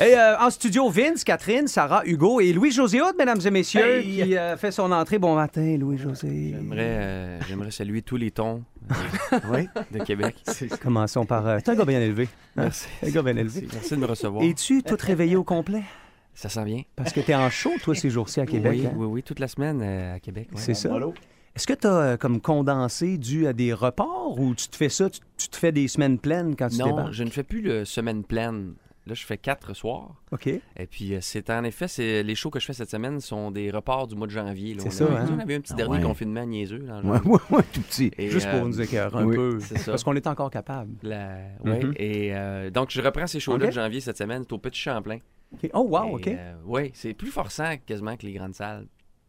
Et, euh, en studio, Vince, Catherine, Sarah, Hugo et Louis-José Houd, mesdames et messieurs, qui euh, fait son entrée. Bon matin, Louis-José. J'aimerais, euh, j'aimerais saluer tous les tons euh, Oui. de Québec. Commençons par. euh, T'es un gars bien élevé. Merci. Un gars bien élevé. Merci, Merci de me recevoir. Es-tu tout réveillé au complet? Ça sent bien. Parce que t'es en show, toi, ces jours-ci à Québec. oui, hein? oui, oui, toute la semaine euh, à Québec. ouais. C'est ça. Est-ce que t'as euh, comme condensé dû à des reports ou tu te fais ça, tu, tu te fais des semaines pleines quand tu Non, débarques? je ne fais plus le semaine pleine. Là, je fais quatre soirs. OK. Et puis, euh, c'est en effet, c'est les shows que je fais cette semaine sont des reports du mois de janvier. là. C'est On ça, avait- hein? On avait un petit dernier ouais. confinement niaiseux. là, en Ouais, janvier. ouais, ouais, tout petit. Et, Juste pour euh, nous écœurer un oui, peu. c'est ça. Parce qu'on est encore capable. la- ouais, Mhm. Et euh, donc, je reprends ces shows-là Ok. de janvier cette semaine. C'est au Petit Champlain. OK. Oh, wow, OK. euh, oui, c'est plus forçant quasiment que les grandes salles.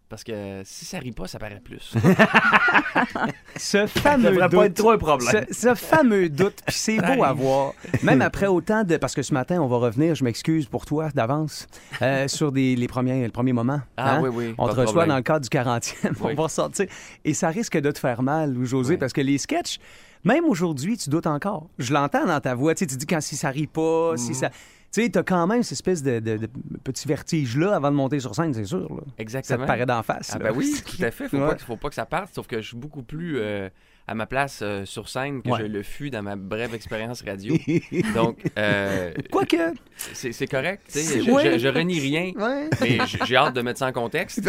Parce que si ça rit pas, ça paraît plus. Hein? Ce fameux doute. un Ce, ce fameux doute, puis c'est beau à voir. Même après autant de. Parce que ce matin, on va revenir, je m'excuse pour toi d'avance, euh, sur des, les premiers, le premier moment. Ah hein? oui, oui, On pas te de reçoit problème. dans le cadre du 40e. On Oui. va sortir. Et ça risque de te faire mal, ou José, Oui. parce que les sketchs, même aujourd'hui, tu doutes encore. Je l'entends dans ta voix. Tu, sais, tu dis quand si ça rit pas, Mhm. si ça. Tu sais, t'as quand même cette espèce de, de- de petit vertige-là avant de monter sur scène, c'est sûr. là. Ça Exactement. te paraît d'en face. Ah là. ben oui, tout à fait. Faut, Ouais. pas, que- faut pas que ça parte, sauf que je suis beaucoup plus euh, à ma place euh, sur scène que Ouais. je le fus dans ma brève expérience radio. Donc, euh, Quoique. c'est c'est correct. tu sais, C'est- Je, je- ouais. je renie rien, Ouais. mais j- j'ai hâte de mettre ça en contexte et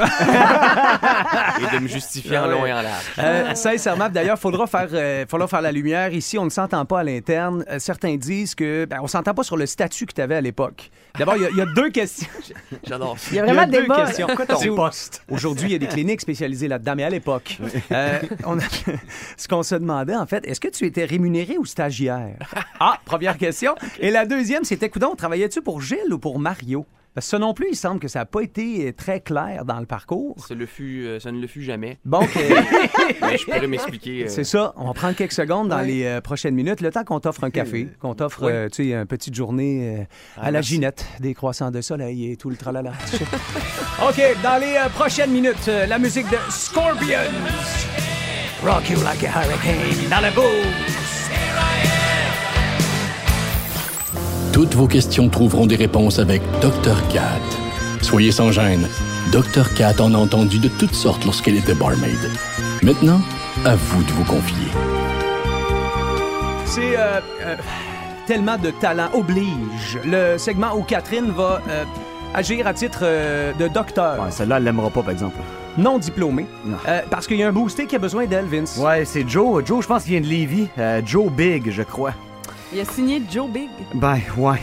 de me justifier en Ah ouais. long et en large. Euh, sincèrement, d'ailleurs, faudra faire, euh, faudra faire la lumière. Ici, on ne s'entend pas à l'interne. Euh, certains disent que ben, on s'entend pas sur le statut que tu avais à l'époque. D'abord, il y a- il y, a deux questions. J'adore ça. Il y a vraiment il y a des deux débat. questions. C'est- Aujourd'hui, il y a des cliniques spécialisées là-dedans, mais à l'époque, euh, on a- ce qu'on se demandait, en fait, est-ce que tu étais rémunéré ou stagiaire? Ah, première question. Et la deuxième, c'était, coudon, travaillais-tu pour Gilles ou pour Mario? Parce que ça non plus, il semble que ça n'a pas été euh, très clair dans le parcours. euh, Ça, le fut, euh, ça ne le fut jamais, Bon, que- mais je pourrais m'expliquer. euh, C'est ça. On va prendre quelques secondes dans les euh, prochaines minutes, le temps qu'on t'offre un café, qu'on t'offre euh, tu sais, une petite journée euh, Ah, à la merci. ginette, des croissants de soleil et tout le tralala. OK, dans les euh, prochaines minutes, euh, la musique de Scorpions. Rock you like a hurricane dans la boue. Toutes vos questions trouveront des réponses avec Dr. Cat. Soyez sans gêne. Dr. Cat en a entendu de toutes sortes lorsqu'elle était barmaid. Maintenant, à vous de vous confier. C'est euh, euh, tellement de talent oblige. Le segment où Catherine va euh, agir à titre euh, de docteur Ouais, Celle-là, elle l'aimera pas, par exemple. non diplômé, Non. euh, parce qu'il y a un boosté qui a besoin d'elle, Vince. Ouais, c'est Joe. Joe, je pense qu'il vient de Lévis. Euh, Joe Big, je crois. Il a signé Joe Big. Ben, ouais.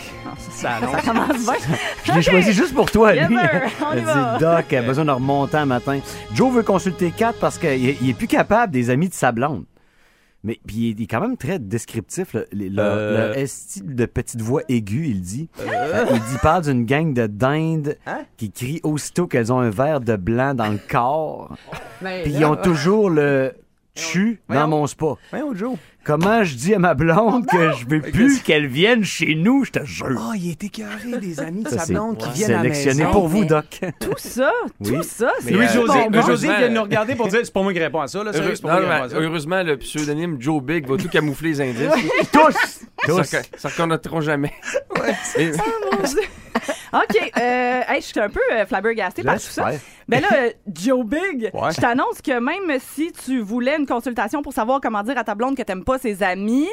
Ça annonce. Ça commence bien. Je l'ai choisi juste pour toi, Yes, lui. sir. On y Elle dit, va. Doc, elle a besoin de remonter un matin. Joe veut consulter Kat parce qu'il est, il est plus capable des amis de sa blonde. Mais puis il est- il est quand même très descriptif. Le, le- le- Euh. le esti de petite voix aiguë, il dit. Euh, Il dit, il parle d'une gang de dindes Hein? qui crie aussitôt qu'elles ont un verre de blanc dans le corps. Mais Puis là, ils ont toujours le chu Voyons. dans mon spa. Voyons, Joe. Comment je dis à ma blonde que je veux plus qu'elle vienne chez nous, je te jure. Ah, il est écœuré des amis de Ça, Oh, sa c'est blonde qui viennent à la sélectionné maison. pour vous, Mais- Doc. Tout ça, Oui. tout ça, c'est euh, Louis pas José- bon. Louis José- vient de nous regarder pour dire c'est pas moi qui réponds à ça, là, heureux- sérieux, c'est pas non, moi qui réponds à mais ça. heureusement, le pseudonyme Joe Big va tout camoufler les indices. Tous! Ça, Tous! reco- ça reconnaîtront jamais. Et- OK, euh, hey, je suis un peu euh, flabbergastée par tout ça. J'espère. Mais là, euh, Joe Big, Ouais. je t'annonce que même si tu voulais une consultation pour savoir comment dire à ta blonde que t'aimes pas ses amis,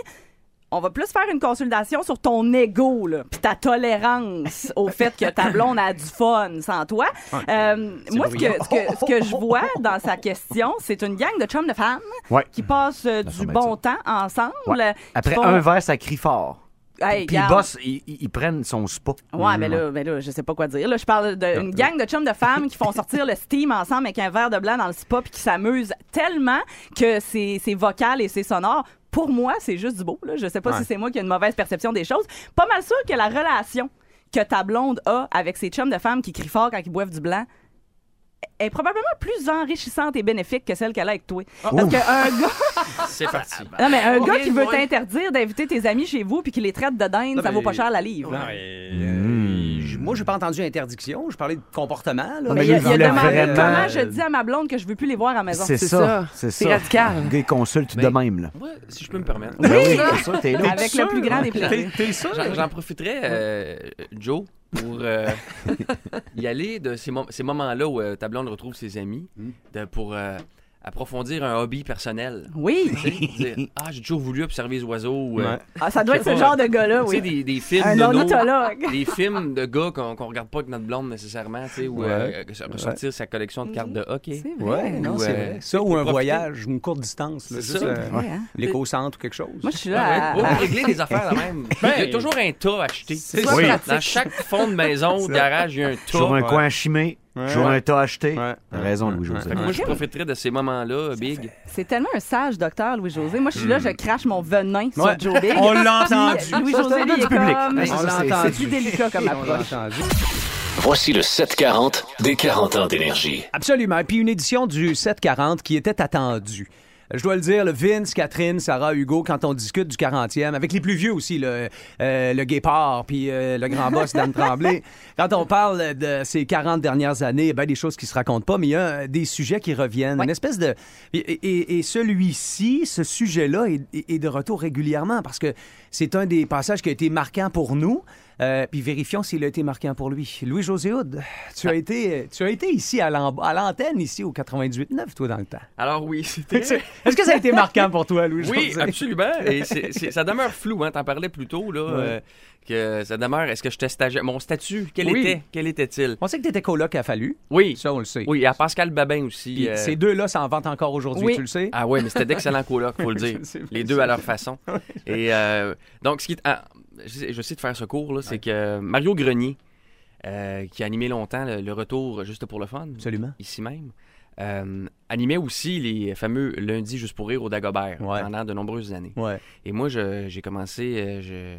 on va plus faire une consultation sur ton ego, là, puis ta tolérance au fait que ta blonde a du fun sans toi. Euh, moi, ce que, ce, que, ce que je vois dans sa question, c'est une gang de chums de femmes Ouais. qui passent Ça euh, du semble bon temps ensemble. euh, Ouais. qui Après font- un verre, ça crie fort. Hey, Puis le garde. boss, ils, ils- ils prennent son spa. Mmh. Ouais, mais là, mais là, je sais pas quoi dire. Là, je parle Euh, d'une gang de chums de femmes qui font sortir le steam ensemble avec un verre de blanc dans le spa puis qui s'amusent tellement que c'est c'est vocal et c'est sonore. Pour moi, c'est juste du beau. Là. Je sais pas Ouais. si c'est moi qui ai une mauvaise perception des choses. Pas mal sûr que la relation que ta blonde a avec ces chums de femmes qui crient fort quand ils boivent du blanc est probablement plus enrichissante et bénéfique que celle qu'elle a avec toi. Parce qu'un gars C'est parti. non, mais un gars qui veut ouais. t'interdire d'inviter tes amis chez vous puis qui les traite de dinde, Non, ça mais- vaut pas cher la livre. Non, mais, euh, j- Moi, j'ai pas entendu interdiction. Je parlais de comportement. Là. mais Hmm. Ah, lui, Il, a- il a voulait demandé vraiment- comment je dis à ma blonde que je veux plus les voir à la maison. C'est ça. C'est ça. radical. Des consultes de Ben- même, là. Moi, si je peux me permettre. Ben oui, c'est ça, t'es là. Avec le plus grand des plaisirs. T'es sûr? J'en j'en profiterai, euh, Joe, pour euh, y aller de ces, mom- ces moments-là où euh, ta blonde retrouve ses amis de- pour euh, approfondir un hobby personnel. Oui. Tu sais, dire, ah, j'ai toujours voulu observer les oiseaux. ou, euh, Ouais. Ah, ça doit être ce genre de gars-là, tu sais, oui. des, des films Un nono, ornithologue. des films de gars qu'on qu'on regarde pas avec notre blonde nécessairement, tu sais, ou euh, que ça- ressortir sa collection de cartes de hockey. Mhm. C'est vrai. Ouais, non, Ou, c'est euh, vrai. Ça ou un profiter. voyage, une courte distance, là, C'est juste ça. euh, Ouais, hein. l'éco-centre ou quelque chose. Moi, je Ah suis là. ouais, à- pour régler des affaires là-même. Il y a toujours un tas à acheter. C'est Soit ça. dans- Dans chaque fond de maison, de garage, il y a un tas. Sur un Ouais. coin chimé, Ouais. sur un tas acheté. Ouais. T'as raison, Ouais. Louis-José. Fait que moi, je Ok. profiterais de ces moments-là, Big. C'est tellement un sage, docteur Louis-José. Moi, je suis là, je crache mon venin Ouais. sur Joe Big. On l'a entendu. Puis, Louis-José, lui, il est comme... On l'a C'est entendu. plus délicat comme On l'a approche. entendu. Voici le 740 des 40 ans d'énergie. Absolument. Et Puis une édition du 740 qui était attendue. Je dois le dire, le Vince, Catherine, Sarah, Hugo, quand on discute du 40e, avec les plus vieux aussi, le, euh, le Guépard, puis euh, le grand boss Dan Tremblay, quand on parle de ces 40 dernières années, ben, des choses qui se racontent pas, mais il y a euh, des sujets qui reviennent. Une espèce de... Et, et- et celui-ci, ce sujet-là, est, est- est de retour régulièrement parce que c'est un des passages qui a été marquant pour nous. Euh, puis vérifions s'il a été marquant pour lui. Louis-José Houd, tu, Ah. as été, tu as été ici à l'an- à l'antenne, ici au 98.9, toi, dans le temps. Alors oui, c'était... Est-ce que ça a été marquant pour toi, Louis-José? Oui, absolument. Et c'est- c'est- ça demeure flou, hein. T'en parlais plus tôt, là. euh, que ça demeure, est-ce que j'étais stagiaire? Mon statut, quel Oui. était? Quel était-il? On sait que tu étais coloc à Fallu. Oui. Ça, on le sait. Oui, et à Pascal Babin aussi. Puis euh, ces deux-là s'en vantent encore aujourd'hui, Oui. tu le sais. Ah ouais, mais c'était d'excellents colocs, faut le dire. Je sais bien Les deux à leur façon. Et euh, donc, ce qui est- ah, je sais- je vais essayer de faire ce cours, là, c'est que Mario Grenier, euh, qui a animé longtemps le, le retour juste pour le fun, Absolument. ici même, euh, animait aussi les fameux lundis juste pour rire au Dagobert Ouais. pendant de nombreuses années. Ouais. Et moi, je- j'ai commencé euh, je-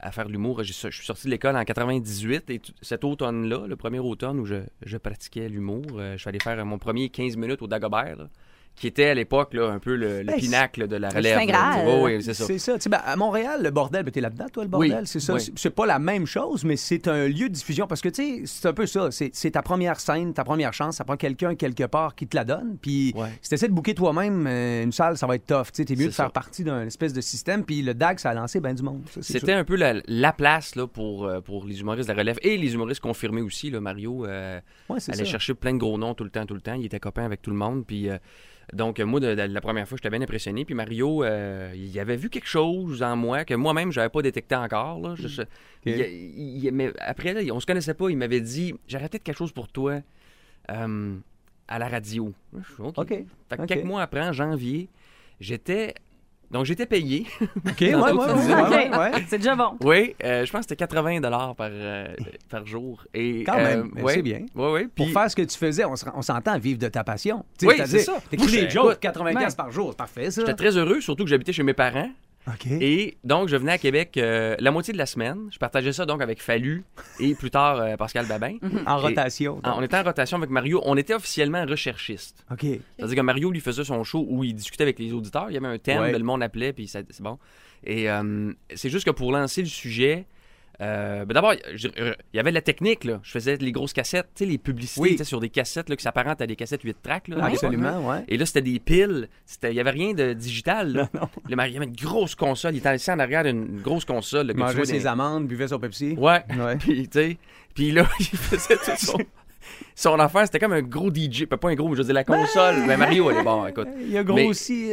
à faire de l'humour. J'ai so- Je suis sorti de l'école en 98 et tout- cet automne-là, le premier automne où je, je pratiquais l'humour, euh, je suis allé faire euh, mon premier 15 minutes au Dagobert, là, qui était à l'époque là, un peu le, le Ben, pinacle de la relève. là, Saint tu Graal. vois. Oui, oui, c'est ça. C'est ça. Tu sais, ben, à Montréal, le bordel, ben, t'es là-dedans, toi, le Oui. bordel. C'est ça. Oui. C'est- C'est pas la même chose, mais c'est un lieu de diffusion parce que, tu sais, c'est un peu ça. C'est c'est ta première scène, ta première chance. Ça prend quelqu'un quelque part qui te la donne. Puis, Ouais. si t'essaies de booker toi-même euh, une salle, ça va être tough. Tu sais, t'es mieux C'est de faire ça. partie d'un espèce de système. Puis, le DAG, ça a lancé ben du monde. Ça, c'est C'était un peu la, la place là, pour, euh, pour les humoristes de la relève et les humoristes confirmés aussi. Là, Mario euh, sûr. Ouais, c'est allait ça. chercher plein de gros noms tout le temps, tout le temps. Il était copain avec tout le monde. Puis, euh, donc, euh, moi, de- de- la première fois, j'étais bien impressionné. Puis Mario, euh, il avait vu quelque chose en moi que moi-même, j'avais pas détecté encore. là. Je- je- Mm. il- il- mais après, là, on se connaissait pas. Il m'avait dit J'aurais peut-être quelque chose pour toi euh, à la radio. Je suis, OK. OK. Fait que OK. quelques mois après, en janvier, j'étais. Donc, j'étais payé. OK, ouais, ouais, ouais, ouais, ouais, ouais. C'est déjà bon. oui, euh, je pense que c'était 80 dollars par, euh, par jour. Et, euh, Quand même, mais ouais. c'est bien. Ouais, ouais. Pour Puis- faire ce que tu faisais, on se- on s'entend vivre de ta passion. Tu sais, Oui, c'est-à-dire, c'est ça. T'écris Moi, des je- jokes écoute, 95 par jour. C'est parfait, ça. J'étais très heureux, surtout que j'habitais chez mes parents. OK. Et donc, je venais à Québec euh, la moitié de la semaine. Je partageais ça donc avec Fallu et plus tard euh, Pascal Babin. En Et- rotation. Ah, on était en rotation avec Mario. On était officiellement recherchiste. OK. C'est-à-dire que Mario lui faisait son show où il discutait avec les auditeurs. Il y avait un thème, Ouais. le monde appelait, puis ça- c'est bon. Et euh, c'est juste que pour lancer le sujet, euh, ben d'abord, je- euh, il y avait de la technique. Là. Je faisais les grosses cassettes, tu sais, les publicités Oui. tu sais, sur des cassettes là, qui s'apparentent à des cassettes 8 tracks. là, à l'époque. Absolument, ouais. Et là, c'était des piles. C'était- Il n'y avait rien de digital. Là. Le Mario avait une grosse console. Il était assis en arrière d'une grosse console. là, que tu Mangeait vois ses dans- amandes, buvait son Pepsi. Ouais. Ouais. Puis, tu sais, puis là, il faisait tout son... Son affaire, c'était comme un gros DJ. Pas pas un gros, je veux dire, la console. Mais Mario, elle est bon, écoute. Il a grossi.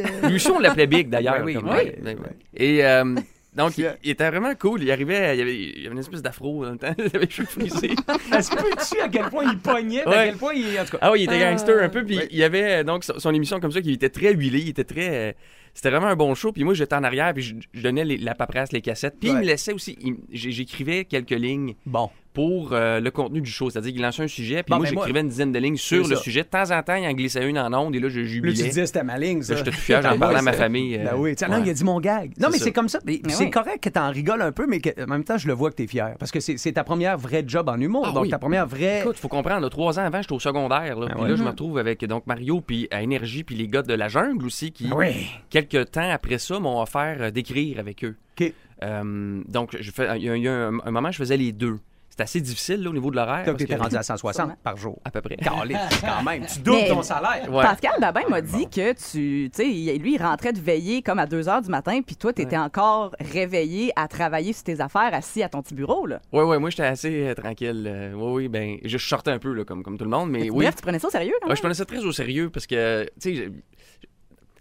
euh, Lui aussi, on l'appelait Big, d'ailleurs. Ben oui, comme- oui. ben, ben. Et... euh, donc, il, il était vraiment cool. Il arrivait, il y avait, il y avait une espèce d'afro en même temps. Il avait les cheveux frisés. Est-ce que tu à quel point il pognait, puis à Ouais. quel point il. En tout cas. Ah oui, il était gangster un peu, puis il y avait euh, donc son, son émission comme ça qui était très huilée, il était très... euh, c'était vraiment un bon show, puis moi j'étais en arrière, puis je, je donnais les- la paperasse, les cassettes, puis il Ouais. me laissait aussi, il- j'ai- j'écrivais quelques lignes Bon. pour euh, le contenu du show, c'est-à-dire qu'il lançait un sujet, puis Bon, moi ben, moi- j'écrivais une dizaine de lignes sur C'est le ça. sujet, de temps en temps il en glissait une en onde, et là je Là, tu jubilais. disais, c'était ma ligne, ça. Là, j'étais tout fier, j'en Ben parlais oui, à ma c'est- famille, euh, Ben oui, tu sais, non, ouais. il a dit mon gag. Non, C'est mais ça. c'est comme ça. Puis Mais c'est oui. correct que t'en rigoles un peu, mais que- en même temps, je le vois que t'es fier. Parce que c'est c'est ta première vraie job en humour. Ah donc, oui. ta première vraie. Écoute, faut comprendre, là, trois ans avant, j'étais au secondaire, là, puis Ben ouais. là je me retrouve avec donc Mario, puis à Énergie, puis les gars de La Jungle aussi, qui... Ah oui. quelques temps après ça, m'ont offert euh, d'écrire avec eux. OK. Euh, donc, je fais- il y a, il y a un, un moment, je faisais les deux. c'est assez difficile là, au niveau de l'horaire. Donc, parce t'étais que- rendu à 160 Sûrement. par jour. à peu près. Calé, quand même. Tu doubles Mais- ton salaire. Ouais. Pascal Babin m'a dit que tu. Tu sais, il- lui, il rentrait de veiller comme à 2 heures du matin, puis toi, t'étais encore réveillé à travailler sur tes affaires assis à ton petit bureau, là. Ouais, ouais, moi j'étais assez euh, tranquille. euh, ouais, oui, ben, je sortais un peu là, comme, comme tout le monde, mais Eh oui. Bref, tu prenais ça au sérieux, quand Ouais, je prenais ça très au sérieux parce que, tu sais, j'ai-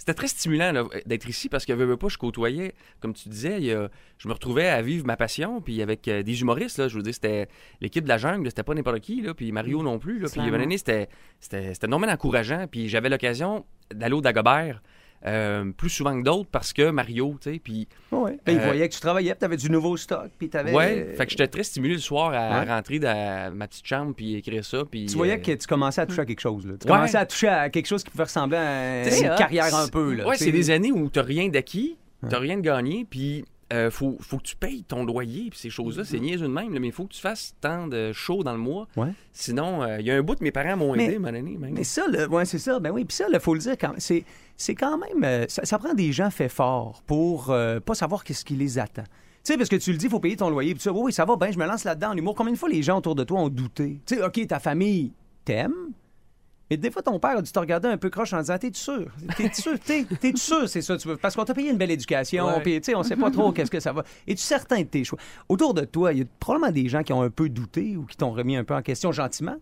c'était très stimulant là, d'être ici parce que, veux, veux pas, je côtoyais, comme tu disais, il y a- je me retrouvais à vivre ma passion, puis avec euh, des humoristes, là, je veux dire, c'était l'équipe de la jungle, c'était pas n'importe qui, là, puis Mario Mm. non plus, là, puis Clairement. à un moment donné, c'était, c'était, c'était énormément encourageant, puis j'avais l'occasion d'aller au Dagobert euh, plus souvent que d'autres parce que Mario, tu sais, puis Ouais. Puis Ils Euh, voyaient que tu travaillais, puis t'avais du nouveau stock, puis t'avais... Ouais, fait que j'étais très stimulé le soir à Ouais. rentrer dans ma petite chambre puis écrire ça. Puis, Tu voyais euh, que tu commençais à toucher à quelque chose. Là. Tu Ouais. commençais à toucher à quelque chose qui pouvait ressembler à C'est une hot. carrière un peu. Là, Ouais, tu c'est sais. des années où t'as rien d'acquis, t'as rien de gagné, puis euh, faut, faut que tu payes ton loyer, puis ces choses-là, c'est niaiseux de même, là, mais il faut que tu fasses tant de shows dans le mois. Ouais. Sinon, euh, il y a un bout de mes parents m'ont Mais- aidé, mon année, même. Mais ça, là, ouais, c'est ça. Ben oui, puis ça, il faut le dire, quand c'est, c'est quand même. euh, ça, ça prend des gens faits forts pour euh, pas savoir qu'est-ce qui les attend. Tu sais, parce que tu le dis, il faut payer ton loyer. Puis tu dis, oui, oui, ça va, ben, je me lance là-dedans en humour. Combien de fois les gens autour de toi ont douté? Tu sais, OK, ta famille t'aime. Mais des fois, ton père a dû te regarder un peu croche en disant T'es-tu sûr T'es-tu sûr T'es- T'es-tu sûr, c'est ça que tu veux Parce qu'on t'a payé une belle éducation, Ouais. puis tu sais, on sait pas trop qu'est-ce que ça va. Es-tu certain de tes choix Autour de toi, il y a probablement des gens qui ont un peu douté ou qui t'ont remis un peu en question gentiment.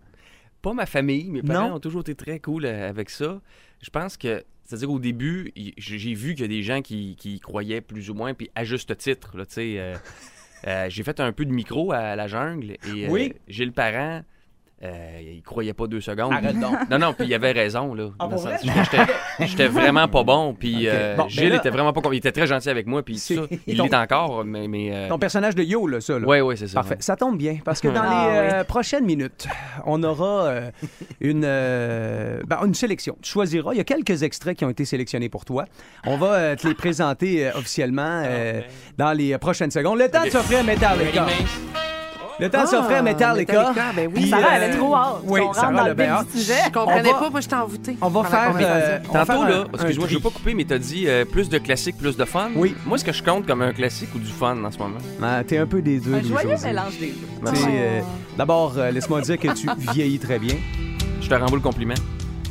Pas ma famille, mes parents Non. ont toujours été très cool euh, avec ça. Je pense que, c'est-à-dire au début, y- j'ai j'ai vu qu'il y a des gens qui, qui y croyaient plus ou moins, puis à juste titre, là, tu sais. euh, euh, j'ai fait un peu de micro à la jungle, et euh, Oui. Gilles Parent, euh, il croyait pas deux secondes. Arrête donc. Non, non, puis il avait raison, là. Ah, Dans pour le sens- j'étais- J'étais vraiment pas bon, puis Ok. euh, Bon, ben Gilles là- était vraiment pas con- Il était très gentil avec moi, puis C'est- ça, il ton- l'est encore, mais... mais euh, Ton personnage de Yo, là, ça, là. Ouais, ouais, c'est ça. Parfait. Ça tombe bien, parce que dans Ah, les euh, prochaines minutes, on aura euh, une, euh, ben, une sélection. Tu choisiras. Il y a quelques extraits qui ont été sélectionnés pour toi. On va euh, te les présenter euh, officiellement euh, Ah, ben. dans les euh, prochaines secondes. Le temps de s'offrir Metallica. Le temps de s'offrir Metallica. Metallica, ben oui. Puis, Sarah euh, avait trop hâte. Oui, on rentre Sarah le dans le vif bien du hâte. sujet. Je comprenais On va- pas, moi j'étais envoûtée. On va pendant faire... qu'on faisait. euh, on va Tantôt, faire un- là, un excuse-moi, je veux tri. pas couper, mais t'as dit euh, plus de classique, plus de fun. Oui. Moi, ce que je compte comme un classique ou du fun en ce moment. Ah, T'es un peu des deux, Un Louis joyeux José. mélange des deux. Tu sais, euh, D'abord, euh, laisse-moi dire que tu vieillis très bien. Je te renvoie le compliment.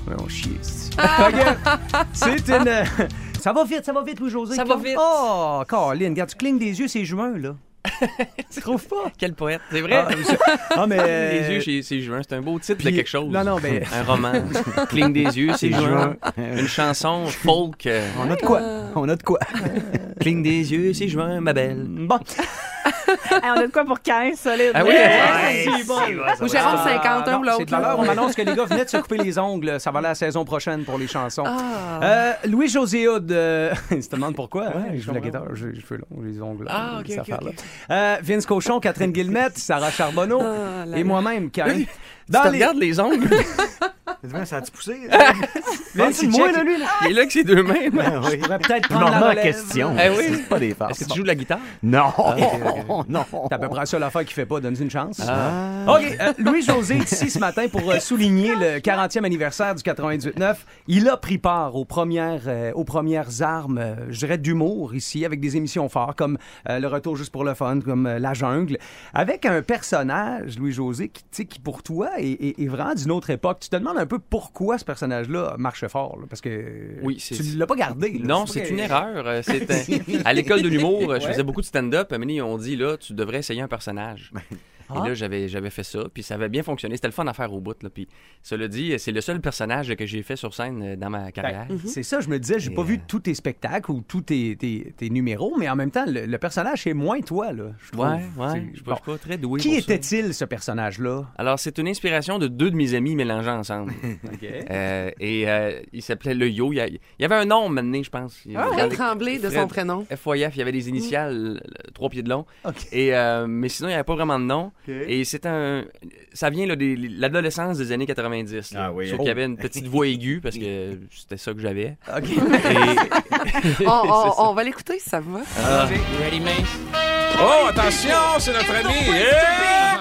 Ouais, on chie. c'est- Ah! Ok. C'est une. euh, Ça va vite, ça va vite, Louis-José. Ça va vite. Oh, Colin, regarde, tu clignes des yeux, c'est juin, là. tu trouves pas? Quel poète, c'est vrai. Ah, mais. euh, Les yeux, c'est- c'est juin, c'est un beau titre puis- de quelque chose. Non, non, mais. Euh, Un roman. Cligne des yeux, c'est C'est juin. juin. Une chanson folk. euh, On a de quoi? On a de quoi? Cligne des yeux, c'est juin, ma belle. Bon. Hey, on a de quoi pour 15 solides. Ah oui? Yes! c'est bon. Ou Jérôme 50, un Ah, non, ou C'est de l'autre. valeur. là. On annonce que les gars venaient de se couper les ongles. Ça va aller la saison prochaine pour les Ah. chansons. Ah, Euh, Louis-José Hood, euh, il se demande pourquoi. hein, il joue la guitare, j'ai les cheveux longs, les ongles. Ah, ok, ces ok, affaires-là. Euh, Vince Cochon, Catherine Guillemette, Sarah Charbonneau Ah, là, Euh, et là. moi-même, Karine. Tu Dans te les... regardes les ongles. Ça a-tu poussé? Vince, il check- lui, là? Il est là avec ses deux mains. Ben oui. pourrais peut-être Je me prendre la remets en relève. question. Eh oui. C'est pas des Ah, farces. Est-ce que tu joues Ah, de la guitare? Non! Non! C'est à peu près la seule affaire qu'il fait pas, donne-lui une chance. Ah. OK, euh, Louis-José est ici ce matin pour euh, souligner le 40e anniversaire du 98.9. Il a pris part aux premières, euh, aux premières armes, euh, je dirais, d'humour ici, avec des émissions fortes comme euh, Le Retour juste pour le fun, comme euh, La Jungle, avec un personnage, Louis-José, qui, tu sais, qui pour toi est, est- est vraiment d'une autre époque. Tu te demandes un peu pourquoi ce personnage-là marche fort, là, parce que euh, Oui, c'est- tu ne l'as pas gardé. là. Non, pas c'est que- une erreur. Euh, c'est un- À l'école de l'humour, euh, je faisais beaucoup de stand-up. À un moment donné, Ils ont dit, là, tu devrais essayer un personnage. Ben, Et là, j'avais, j'avais fait ça, puis ça avait bien fonctionné. C'était le fun à faire au bout. Là. Puis, cela dit, c'est le seul personnage que j'ai fait sur scène euh, dans ma carrière. Ben, C'est ça, je me disais, j'ai Et, pas euh, vu tous tes spectacles ou tous tes, tes- tes numéros, mais en même temps, le, le personnage est moins toi, là, je trouve. Ouais, ouais. C'est- Je suis bon. pas- je suis pas très doué. Qui pour ça. était-il, ce personnage-là? Alors, c'est une inspiration de deux de mes amis mélangés ensemble. Euh, et euh, il s'appelait Le Yo. Il y, a- il y avait un nom maintenant, je pense. Il- Fred Tremblay Ah, de son Fred- prénom. FYF, il y avait des initiales, euh, trois pieds de long. OK. Et, euh, mais sinon, il n'y avait pas vraiment de nom. Et c'est un. Ça vient là, de l'adolescence des années 90. là. Ah oui. Sauf Oh. qu'il y avait une petite voix aiguë parce que c'était ça que j'avais. OK. Et- On, on- on va l'écouter si ça vous va. Oh, attention, c'est notre ami. Yeah!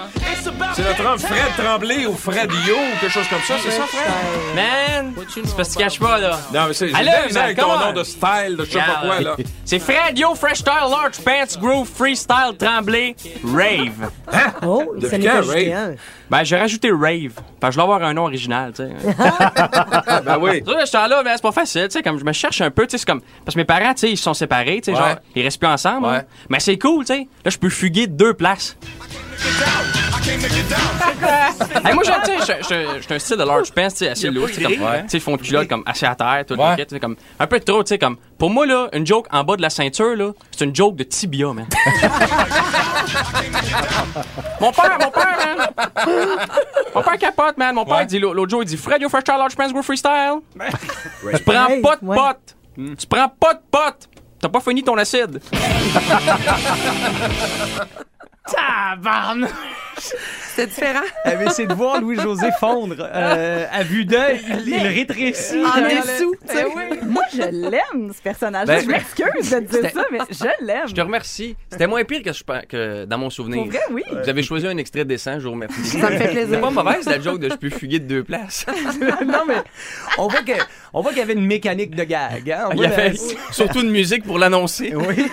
C'est notre homme Fred Tremblay ou Fred Yo ou quelque chose comme ça, c'est ça, Fred? Man, c'est parce que tu caches pas, là. Non, mais c'est j'ai Allô, de la misère man, avec ton come on. nom de style, de je sais pas Regarde. quoi, là. C'est Fred Yo, Fresh Style, Large Pants, Groove, Freestyle, Tremblay, Rave. Oh, il Depuis s'en est quand, ajouté Ray? un. Ben, j'ai rajouté Rave. Parce que je dois avoir un nom original, tu sais. Ah, ben oui. Ça, j'étais là, mais c'est pas facile, tu sais, comme je me cherche un peu, tu sais, c'est comme. Parce que mes parents, tu sais, ils se sont séparés, tu sais, Ouais. genre, ils restent plus ensemble. Ouais. hein. Mais c'est cool, tu sais. Là, je peux fuguer de deux places. Hey, moi, j'aime, tu sais, je- je- je suis un style de large pants, tu sais, assez lourd, tu sais, comme. Tu sais, ils font culotte, comme, assez à terre, tout le hein. Ouais. kit, tu sais, comme. Un peu trop, tu sais, comme. Pour moi, là, une joke en bas de la ceinture, là, c'est une joke de tibia, man. Mon père, mon père, man. Mon père capote, man. Mon père, il dit, l'autre jour, il dit Fred, yo, fresh style, large pants, go freestyle. Ben, Tu prends Hey, pas de ouais. pote. Hmm. Tu prends pas de pote. T'as pas fini ton acide. C'était différent. Eh bien, c'est de voir Louis-José fondre euh, à vue d'œil. Il, il rétrécit. En dans le- dessous, tu sais. Moi, je l'aime, ce personnage. Eh Ben, je m'excuse de te dire ça, mais je l'aime. Je te remercie. C'était moins pire que, je pe- que dans mon souvenir. Pour vrai, oui. Vous avez choisi un extrait décent, je vous remercie. Ça me fait plaisir. C'est pas mauvaise la joke de je peux fuguer de deux places. non, mais on voit que- on voit qu'il y avait une mécanique de gag. hein. On Il y voit la- avait surtout une musique pour l'annoncer. Oui.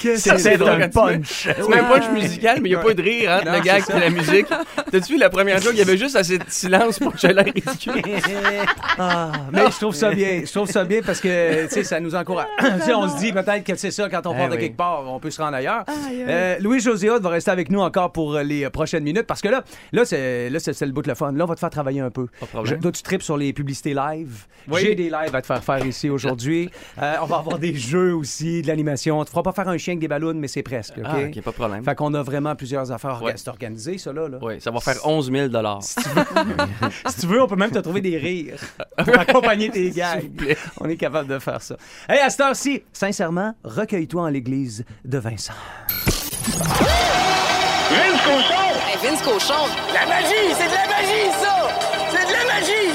c'est C'est drôle. un punch. C'est même pas musical, mais il n'y a pas de rire entre le gag et la musique. T'as-tu vu la première joke, il y avait juste assez de silence pour que j'aille ridicule. Ah, mais je trouve ça bien. Je trouve ça bien parce que tu sais, ça nous encourage. Tu sais, on se dit peut-être que c'est ça, quand on Eh part de oui. quelque part, on peut se rendre ailleurs. Euh, Louis José Hood va rester avec nous encore pour euh, les euh, prochaines minutes parce que là, là c'est là, c'est c'est le bout de le fun. Là, on va te faire travailler un peu. Pas de problème. Je- toi, tu tripes sur les publicités live. Oui. J'ai des lives à te faire faire ici aujourd'hui. Euh, on va avoir des jeux aussi, de l'animation. On te fera pas faire un chien avec des ballons, mais c'est presque. OK? Ah, ok, pas de problème. Fait qu'on a vraiment plusieurs affaires Ouais. à c'est organisé, ça là. là. Oui, ça va faire 11 000 Si tu veux, on peut même te trouver des rires pour accompagner tes gars. On est capable de faire ça. Hey, à cette heure-ci, sincèrement, recueille-toi en l'église de Vincent. Vince Cochon.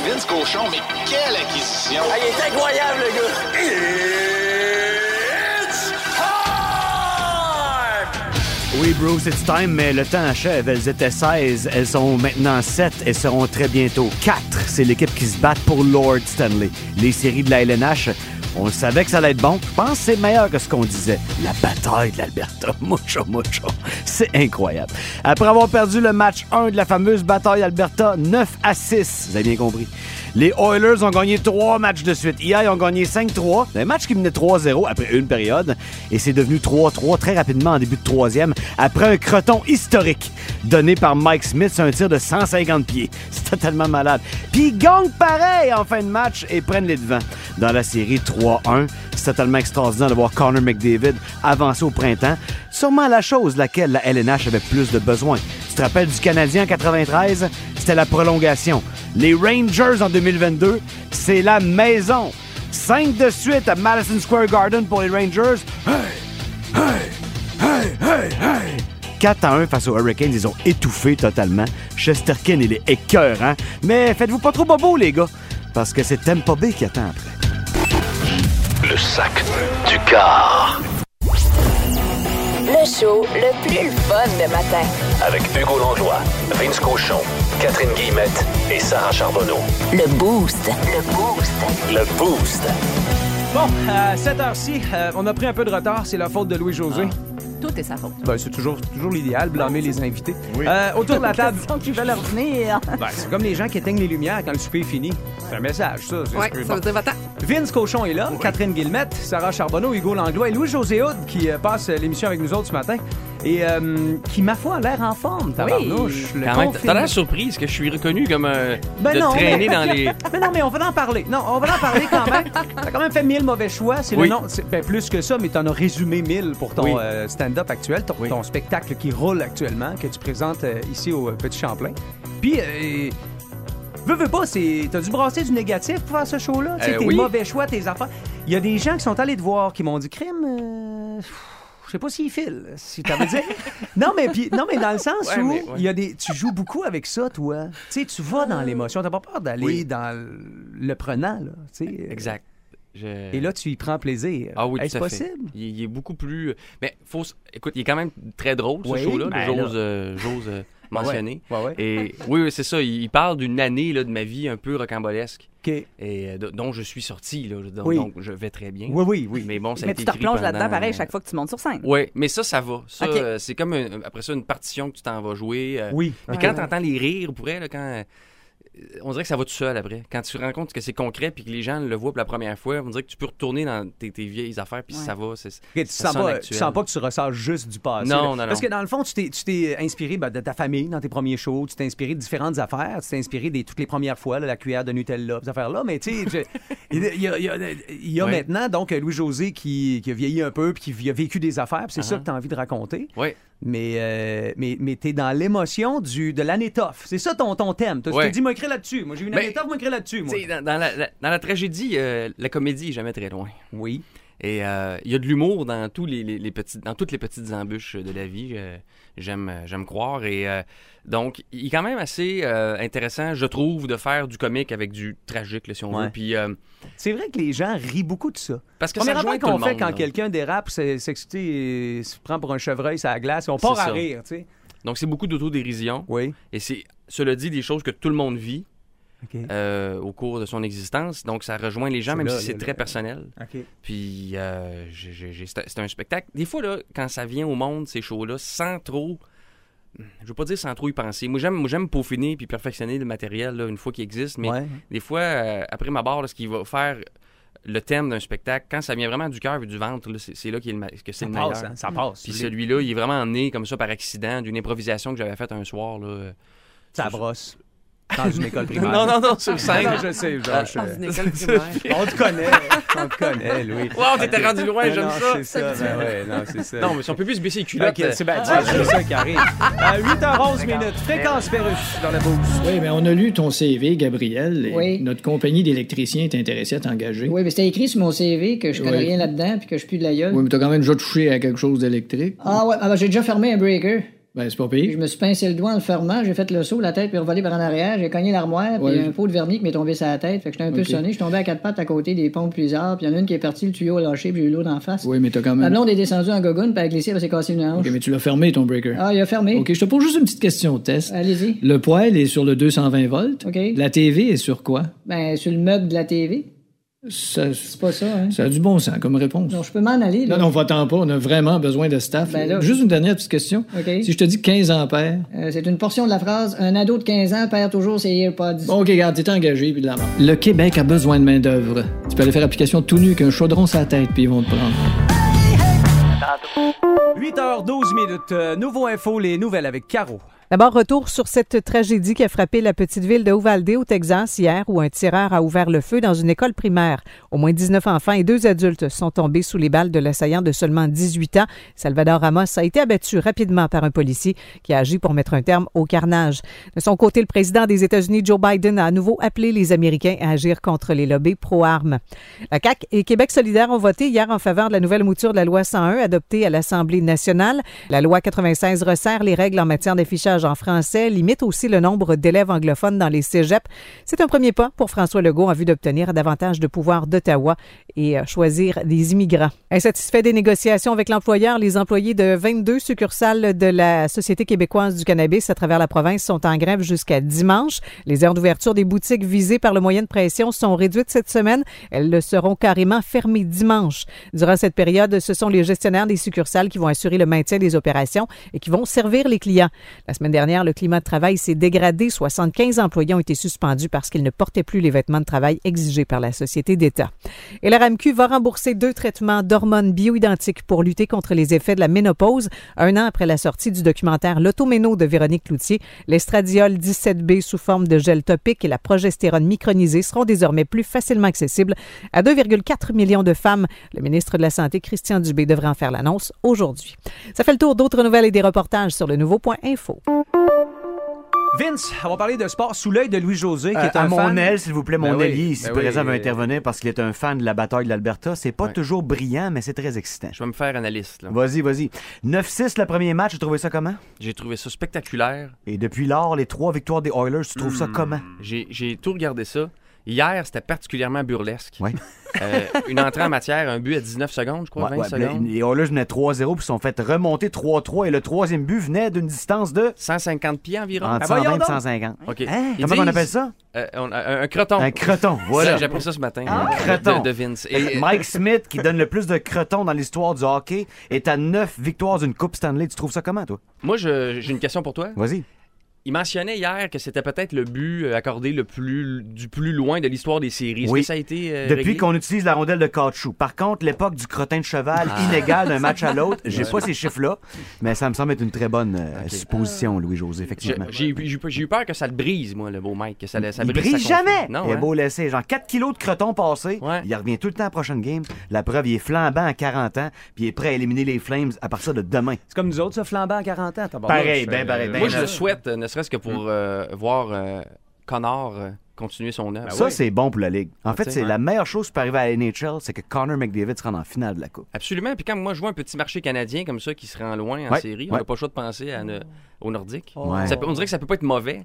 Vince Cochon, mais quelle acquisition! Ah, Oui, Bruce, it's time, mais le temps achève. Elles étaient 16, elles sont maintenant 7 et seront très bientôt 4. C'est l'équipe qui se bat pour Lord Stanley. Les séries de la LNH, on le savait que ça allait être bon. Je pense que c'est meilleur que ce qu'on disait. La bataille de l'Alberta. Moucho, moucho. C'est incroyable. Après avoir perdu le match 1 de la fameuse bataille Alberta, 9 à 6, vous avez bien compris. Les Oilers ont gagné trois matchs de suite. Hier, ils ont gagné 5-3. Un match qui menait 3-0 après une période. Et c'est devenu 3-3 très rapidement en début de troisième, après un croton historique donné par Mike Smith sur un tir de 150 pieds. C'est totalement malade. Puis ils gagnent pareil en fin de match et prennent les devants. Dans la série 3-1, c'est totalement extraordinaire de voir Connor McDavid avancer au printemps. Sûrement la chose laquelle la LNH avait plus de besoin. Tu te rappelles du Canadien en 93? C'était la prolongation. Les Rangers en 2022, c'est la maison. 5 de suite à Madison Square Garden pour les Rangers. 4 à 1 face aux Hurricanes, ils ont étouffé totalement. Chesterkin, il est écœurant. Mais faites-vous pas trop bobo, les gars, parce que c'est Tempo B qui attend après. Le sac du car. Le show le plus fun le matin. Avec Hugo Langlois, Vince Cochon, Catherine Guillemette et Sarah Charbonneau. Le boost. Le boost. Le Boost. Bon, à cette heure-ci, euh, on a pris un peu de retard. C'est la faute de Louis-José. Ah. Tout est sa faute. Ben, c'est toujours, c'est toujours l'idéal, blâmer les invités. Euh, autour de la table, Donc, ils veulent revenir. ben, c'est comme les gens qui éteignent les lumières quand le souper est fini. C'est un message, ça. c'est Ouais, super ça bon. veut dire va Vince Cochon est là, Catherine Guillemette, Sarah Charbonneau, Hugo Langlois et Louis-José Houd qui euh, passe euh, l'émission avec nous autres ce matin et euh, qui, ma foi, a l'air en forme, tabarnouche. Le Quand même, confinement. t'as l'air surprise que je suis reconnu comme un. Ben de non, traîner mais- dans les. Mais non, mais on va en parler. Non, on va en parler quand même. T'as quand même fait mille mauvais choix. C'est le Oui. nom. c'est- ben, plus que ça, mais t'en as résumé mille pour ton Oui. euh, stand-up actuel, ton, Oui. ton spectacle qui roule actuellement, que tu présentes euh, ici au euh, Petit Champlain. Puis, euh, veux, veux pas, c'est- t'as dû brasser du négatif pour faire ce show-là. Tu sais, Euh, tes oui. mauvais choix, tes affaires. Il y a des gens qui sont allés te voir, qui m'ont dit crime. euh, je sais pas s'il file, si t'avais dit. non, mais puis- non, mais dans le sens Ouais, où mais ouais. Ah. il y a des, tu joues beaucoup avec ça, toi. Tu sais, tu vas dans l'émotion. T'as pas peur d'aller dans le prenant, là. tu sais. Exact. Je- Et là, tu y prends plaisir. Ah oui, Est-ce tout à fait. possible? Il, il est beaucoup plus. Mais faut. s- Écoute, il est quand même très drôle, ce Oui, show-là. ben J'ose, là. euh, j'ose, euh, Ouais. mentionner. Ah Ouais, ouais. Et oui, oui, c'est ça. Il, il parle d'une année là, de ma vie un peu rocambolesque. OK. Et euh, de- dont je suis sorti, là. Donc, Oui. donc, je vais très bien. Oui, oui, oui. Mais bon, ça a Mais été tu te écrit replonges là-dedans pendant, pareil euh, chaque fois que tu montes sur scène. oui, mais ça, ça va. Ça, Ok. euh, c'est comme un- après ça une partition que tu t'en vas jouer. euh, Oui. Puis Ok. quand t'entends les rires, pour vrai, là, quand euh, on dirait que ça va tout seul après. Quand tu te rends compte que c'est concret puis que les gens le voient pour la première fois, on dirait que tu peux retourner dans tes, tes vieilles affaires puis Ouais. ça va. C'est, Ok, tu, ça sens sonne pas, tu actuel. sens pas que tu ressors juste du passé. Non, là. non, non. Parce que dans le fond, tu t'es, tu t'es inspiré ben, de ta famille dans tes premiers shows, tu t'es inspiré de différentes affaires, tu t'es inspiré de toutes les premières fois, là, la cuillère de Nutella, ces affaires-là. Mais tu sais, je- il y a, il y a- il y a Ouais. maintenant donc Louis-José qui, qui a vieilli un peu puis qui a vécu des affaires, puis c'est Uh-huh. ça que tu as envie de raconter. Oui. Mais, euh, mais, mais t'es dans l'émotion du, de l'année tough. C'est ça ton, ton thème. Tu Ouais. t'es dit, m'écrire là-dessus. Moi, j'ai eu une Ben, année tough, m'écrire là-dessus. Moi. Tu sais, Dans, dans la, la- dans la tragédie, euh, la comédie est jamais très loin. Oui. Et euh, il y a de l'humour dans, tous les, les- les petits- dans toutes les petites embûches de la vie, euh, j'aime, euh, j'aime croire. Et euh, donc, il est quand même assez euh, intéressant, je trouve, de faire du comique avec du tragique, là, si on Ouais. veut. Puis, euh, C'est vrai que les gens rient beaucoup de ça. Parce que Première ça rejoint affaire tout qu'on le fait monde, quand là. quelqu'un dérape, c'est s'exciter et se prend pour un chevreuil sur la glace, on part C'est à ça. rire, tu sais. donc, c'est beaucoup d'autodérision. Oui. Et c'est, cela dit, des choses que tout le monde vit OK. euh, au cours de son existence. Donc, ça rejoint les gens, C'est même là, si c'est là, très là. personnel. OK. Puis, euh, j'ai- j'ai- j'ai- c'est un- c'est un spectacle. Des fois, là, quand ça vient au monde, ces shows-là, sans trop. Je veux pas dire sans trop y penser. Moi, j'aime, moi, j'aime peaufiner puis perfectionner le matériel là, une fois qu'il existe. Mais Ouais. des fois, euh, après ma barre, là, ce qui va faire le thème d'un spectacle, quand ça vient vraiment du cœur et du ventre, là, c'est, c'est là qu'il est le ma- que c'est Ça le passe, meilleur. hein, ça passe. Puis Les- celui-là, il est vraiment né comme ça par accident d'une improvisation que j'avais faite un soir. Là. Ça brosse. Dans une école primaire. non, non, non, Ah, sur scène. Non, non, je sais, Georges. Ah, Dans une école On te connaît, on te connaît, Louis. Wow, t'étais Ok. rendu loin, Mais j'aime non, ça. C'est ça, ben ouais, non, c'est ça. Non, mais si on peut plus se baisser les culottes. euh, Ok, c'est ben, tiens, c'est ça qui arrive. À 8h11 minutes, fréquence Pérus dans la bourse. Oui, mais Ben, on a lu ton CV, Gabriel. et Oui. Notre compagnie d'électriciens est intéressée à t'engager. Oui, mais c'était écrit sur mon CV que je connais Oui. rien là-dedans puis que je pue de la gueule. Oui, mais t'as quand même déjà touché à quelque chose d'électrique. Ah ouais, ah ben, j'ai déjà fermé un breaker. Ben, c'est pas pire. Je me suis pincé le doigt en le fermant, j'ai fait le saut, la tête puis revolé par en arrière, j'ai cogné l'armoire, puis Ouais. un pot de vernis qui m'est tombé sur la tête. Fait que j'étais un peu Ok. sonné, je suis tombé à quatre pattes à côté des pompes plusieurs, puis il y en a une qui est partie, le tuyau a lâché, puis j'ai eu l'eau d'en face. Oui, mais t'as quand Ma même. blonde est descendue en gogoune, puis elle a glissé, elle s'est cassée une hanche. Ok, mais tu l'as fermé, ton breaker. Ah, il a fermé. OK, je te pose juste une petite question test. Allez-y. Le poêle est sur le 220 volts. OK. La TV est sur quoi? Ben, sur le meuble de la TV. Ça, C'est pas ça, hein. ça a du bon sens comme réponse. Non, je peux m'en aller, là. Non, non, va-t'en pas. On a vraiment besoin de staff. Ben là- Juste une dernière petite question. OK. Si je te dis 15 ampères. Euh, c'est une portion de la phrase Un ado de 15 ans perd toujours ses AirPods. Bon, OK, regarde, t'es engagé, puis de la mort. Le Québec a besoin de main-d'œuvre. Tu peux aller faire application tout nu qu'un chaudron sur la tête, puis ils vont te prendre. 8h12 minutes, euh, nouveau info, les nouvelles avec Caro. D'abord, retour sur cette tragédie qui a frappé la petite ville de Uvalde au Texas hier où un tireur a ouvert le feu dans une école primaire. Au moins 19 enfants et deux adultes sont tombés sous les balles de l'assaillant de seulement 18 ans. Salvador Ramos a été abattu rapidement par un policier qui a agi pour mettre un terme au carnage. De son côté, le président des États-Unis, Joe Biden, a à nouveau appelé les Américains à agir contre les lobbies pro-armes. La CAQ et Québec solidaire ont voté hier en faveur de la nouvelle mouture de la loi 101 adoptée à l'Assemblée nationale. La loi 96 resserre les règles en matière d'affichage en français, limite aussi le nombre d'élèves anglophones dans les cégeps. C'est un premier pas pour François Legault en vue d'obtenir davantage de pouvoir d'Ottawa et euh, choisir des immigrants. Insatisfait des négociations avec l'employeur, les employés de 22 succursales de la Société québécoise du cannabis à travers la province sont en grève jusqu'à dimanche. Les heures d'ouverture des boutiques visées par le moyen de pression sont réduites cette semaine. Elles le seront carrément fermées dimanche. Durant cette période, ce sont les gestionnaires des succursales qui vont assurer le maintien des opérations et qui vont servir les clients. La semaine dernière, le climat de travail s'est dégradé. 75 employés ont été suspendus parce qu'ils ne portaient plus les vêtements de travail exigés par la Société d'État. Et la RAMQ va rembourser deux traitements d'hormones bioidentiques pour lutter contre les effets de la ménopause. Un an après la sortie du documentaire L'automéno de Véronique Cloutier, l'estradiol 17B sous forme de gel topique et la progestérone micronisée seront désormais plus facilement accessibles à 2,4 millions de femmes. Le ministre de la Santé, Christian Dubé, devrait en faire l'annonce aujourd'hui. Ça fait le tour d'autres nouvelles et des reportages sur le nouveau point info. Vince, on va parler de sport sous l'œil de Louis-José, qui Euh, est à un mon fan. aile, s'il vous plaît, mon Ben oui, allié ici ben oui, présent va euh, intervenir parce qu'il est un fan de la bataille de l'Alberta. C'est pas toujours brillant, mais c'est très excitant. Je vais me faire analyste. Là. Vas-y, vas-y. 9-6 le premier match, tu trouvé ça comment? J'ai trouvé ça spectaculaire. Hmm. Et depuis lors, les trois victoires des Oilers, tu trouves ça comment? J'ai j'ai tout regardé ça. Hier, c'était particulièrement burlesque. Euh, une entrée en matière, un but à 19 secondes, je crois, Ouais, 20 ouais, puis là, secondes. les Oilers venaient 3-0 puis se sont fait remonter 3-3 et le troisième but venait d'une distance de 150 pieds environ. Entre Ah, voyons 120 et donc. 150. OK. Hein? Ils Comment on disent- appelle ça? Euh, on a- un, un croton. Un croton, voilà. Ça, J'ai appris ça ce matin. Un euh, croton. De, de Vince. euh, Fait que Mike Smith, qui donne le plus de crotons dans l'histoire du hockey, est à 9 victoires d'une Coupe Stanley. Tu trouves ça comment, toi? Moi, je- j'ai une question pour toi. Vas-y. Il mentionnait hier que c'était peut-être le but euh, accordé le plus, du plus loin de l'histoire des séries. Est-ce que ça a été. euh, Depuis réglé? qu'on utilise la rondelle de caoutchouc. Par contre, l'époque du crottin de cheval Ah. inégal d'un match à l'autre, j'ai Ouais. pas ces chiffres-là, mais ça me semble être une très bonne euh, supposition, Louis-José, Je- effectivement. J'ai j'ai- j'ai eu peur que ça le brise, moi, le beau Mike. Que ça, le- ça il brise brise sa confiance. jamais! Non, il est hein? beau laisser, genre 4 kilos de croton passé. Il revient tout le temps à la prochaine game. La preuve, il est flambant à 40 ans, puis il est prêt à éliminer les Flames à partir de demain. C'est comme nous autres, ça flambant à 40 ans. tabarnak. Pareil, ben, pareil, ben, Moi, je ben. le souhaite, euh, ne serait-ce que Mm. pour euh, voir euh, Connor euh, continuer son œuvre. ça, c'est bon pour la Ligue. En Ah, fait, t'sais, c'est ouais. la meilleure chose qui peut arriver à la NHL, c'est que Connor McDavid se rende en finale de la Coupe. Absolument. Puis quand moi, je vois un petit marché canadien comme ça qui se rend loin en Ouais, série, on ouais. n'a pas le choix de penser à ne- au Nordique. Ouais. Ça peut- on dirait que ça peut pas être mauvais.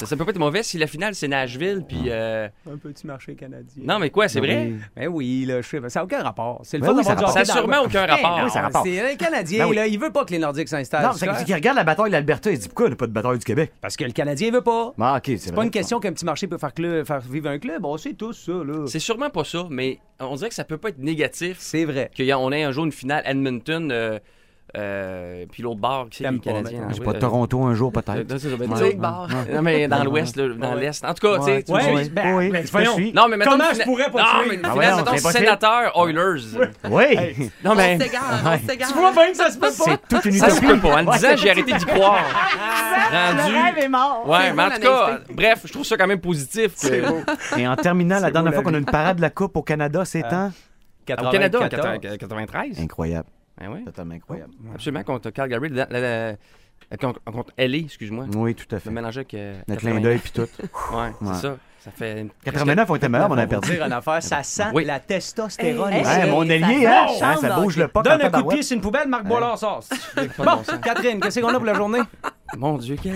Ça, ça peut pas être mauvais si la finale, c'est Nashville. Ah. Puis. euh, Un petit marché canadien. Non, mais quoi, c'est vrai? Ben oui, là, je sais, ça n'a aucun rapport. C'est le Ben fun oui, ça d'avoir rapporte. du hockey Ça a dans- sûrement aucun Ben rapport. non, Oui, ça rapporte. C'est le Canadien, Ben oui. là, il veut pas que les Nordiques Ah, s'installent. Non, c'est c'est clair. qu'il regarde la bataille de l'Alberta et dit pourquoi on n'a pas de bataille du Québec? Parce que le Canadien veut pas. Ah, ok, c'est C'est vrai. pas une question qu'un petit marché peut faire, cl- faire vivre un club. On sait tous ça, là. C'est sûrement pas ça, mais on dirait que ça peut pas être négatif. C'est vrai. Qu'on ait un jour une finale Edmonton, euh, euh, puis l'autre bar, qui c'est les Canadiens. J'ai pas Toronto un jour, peut-être. Non, c'est ça, ben, Ouais. tu sais, bar. Non, mais dans l'ouest, là, dans Ouais. l'est. En tout cas, tu sais, tu Ouais, me oui, suis- ben, Oui, ben, je voyons. te suis. Non, mais mettons Comment une je fina- pourrais pas Non, te mais suivre? une Ah, finale, voyons, mettons, c'est impossible. sénateur Oilers. Oui! Non, mais. Ouais. Tu vois bien que ça se peut pas. C'est toute une Ça se utopie. peut pas. En le Ouais, disant, c'est j'ai arrêté d'y croire. Le rêve est mort. Ouais, C'est mais en bon, tout cas, l'analogie. bref, je trouve ça quand même positif. que- C'est beau. Et en terminant, la dernière beau, fois qu'on a une parade de la Coupe au Canada, c'est Ah. en. Au Canada, en 94. 93. Incroyable. Ben oui. Totalement incroyable. Absolument, contre Calgary. la- la- la- la- contre- Contre LA, excuse-moi. Oui, tout à fait. Le mélanger avec. euh, Le 89. clin d'œil puis tout. Ouais, Ouais. c'est ça. Ça fait. 89, on était meilleurs, mais on a Pour perdu. dire en affaire, ça sent Oui. la testostérone. Hey, ici. hey, mon allié, Ça hein? change Hein, ça dans bouge le le pas Eh, Donne un quand coup de tabarouette. pied sur une poubelle, Marc Boilard sort. pas de Eh. Bon, bon sens. Catherine, qu'est-ce qu'on a pour la journée? Mon Dieu, quel.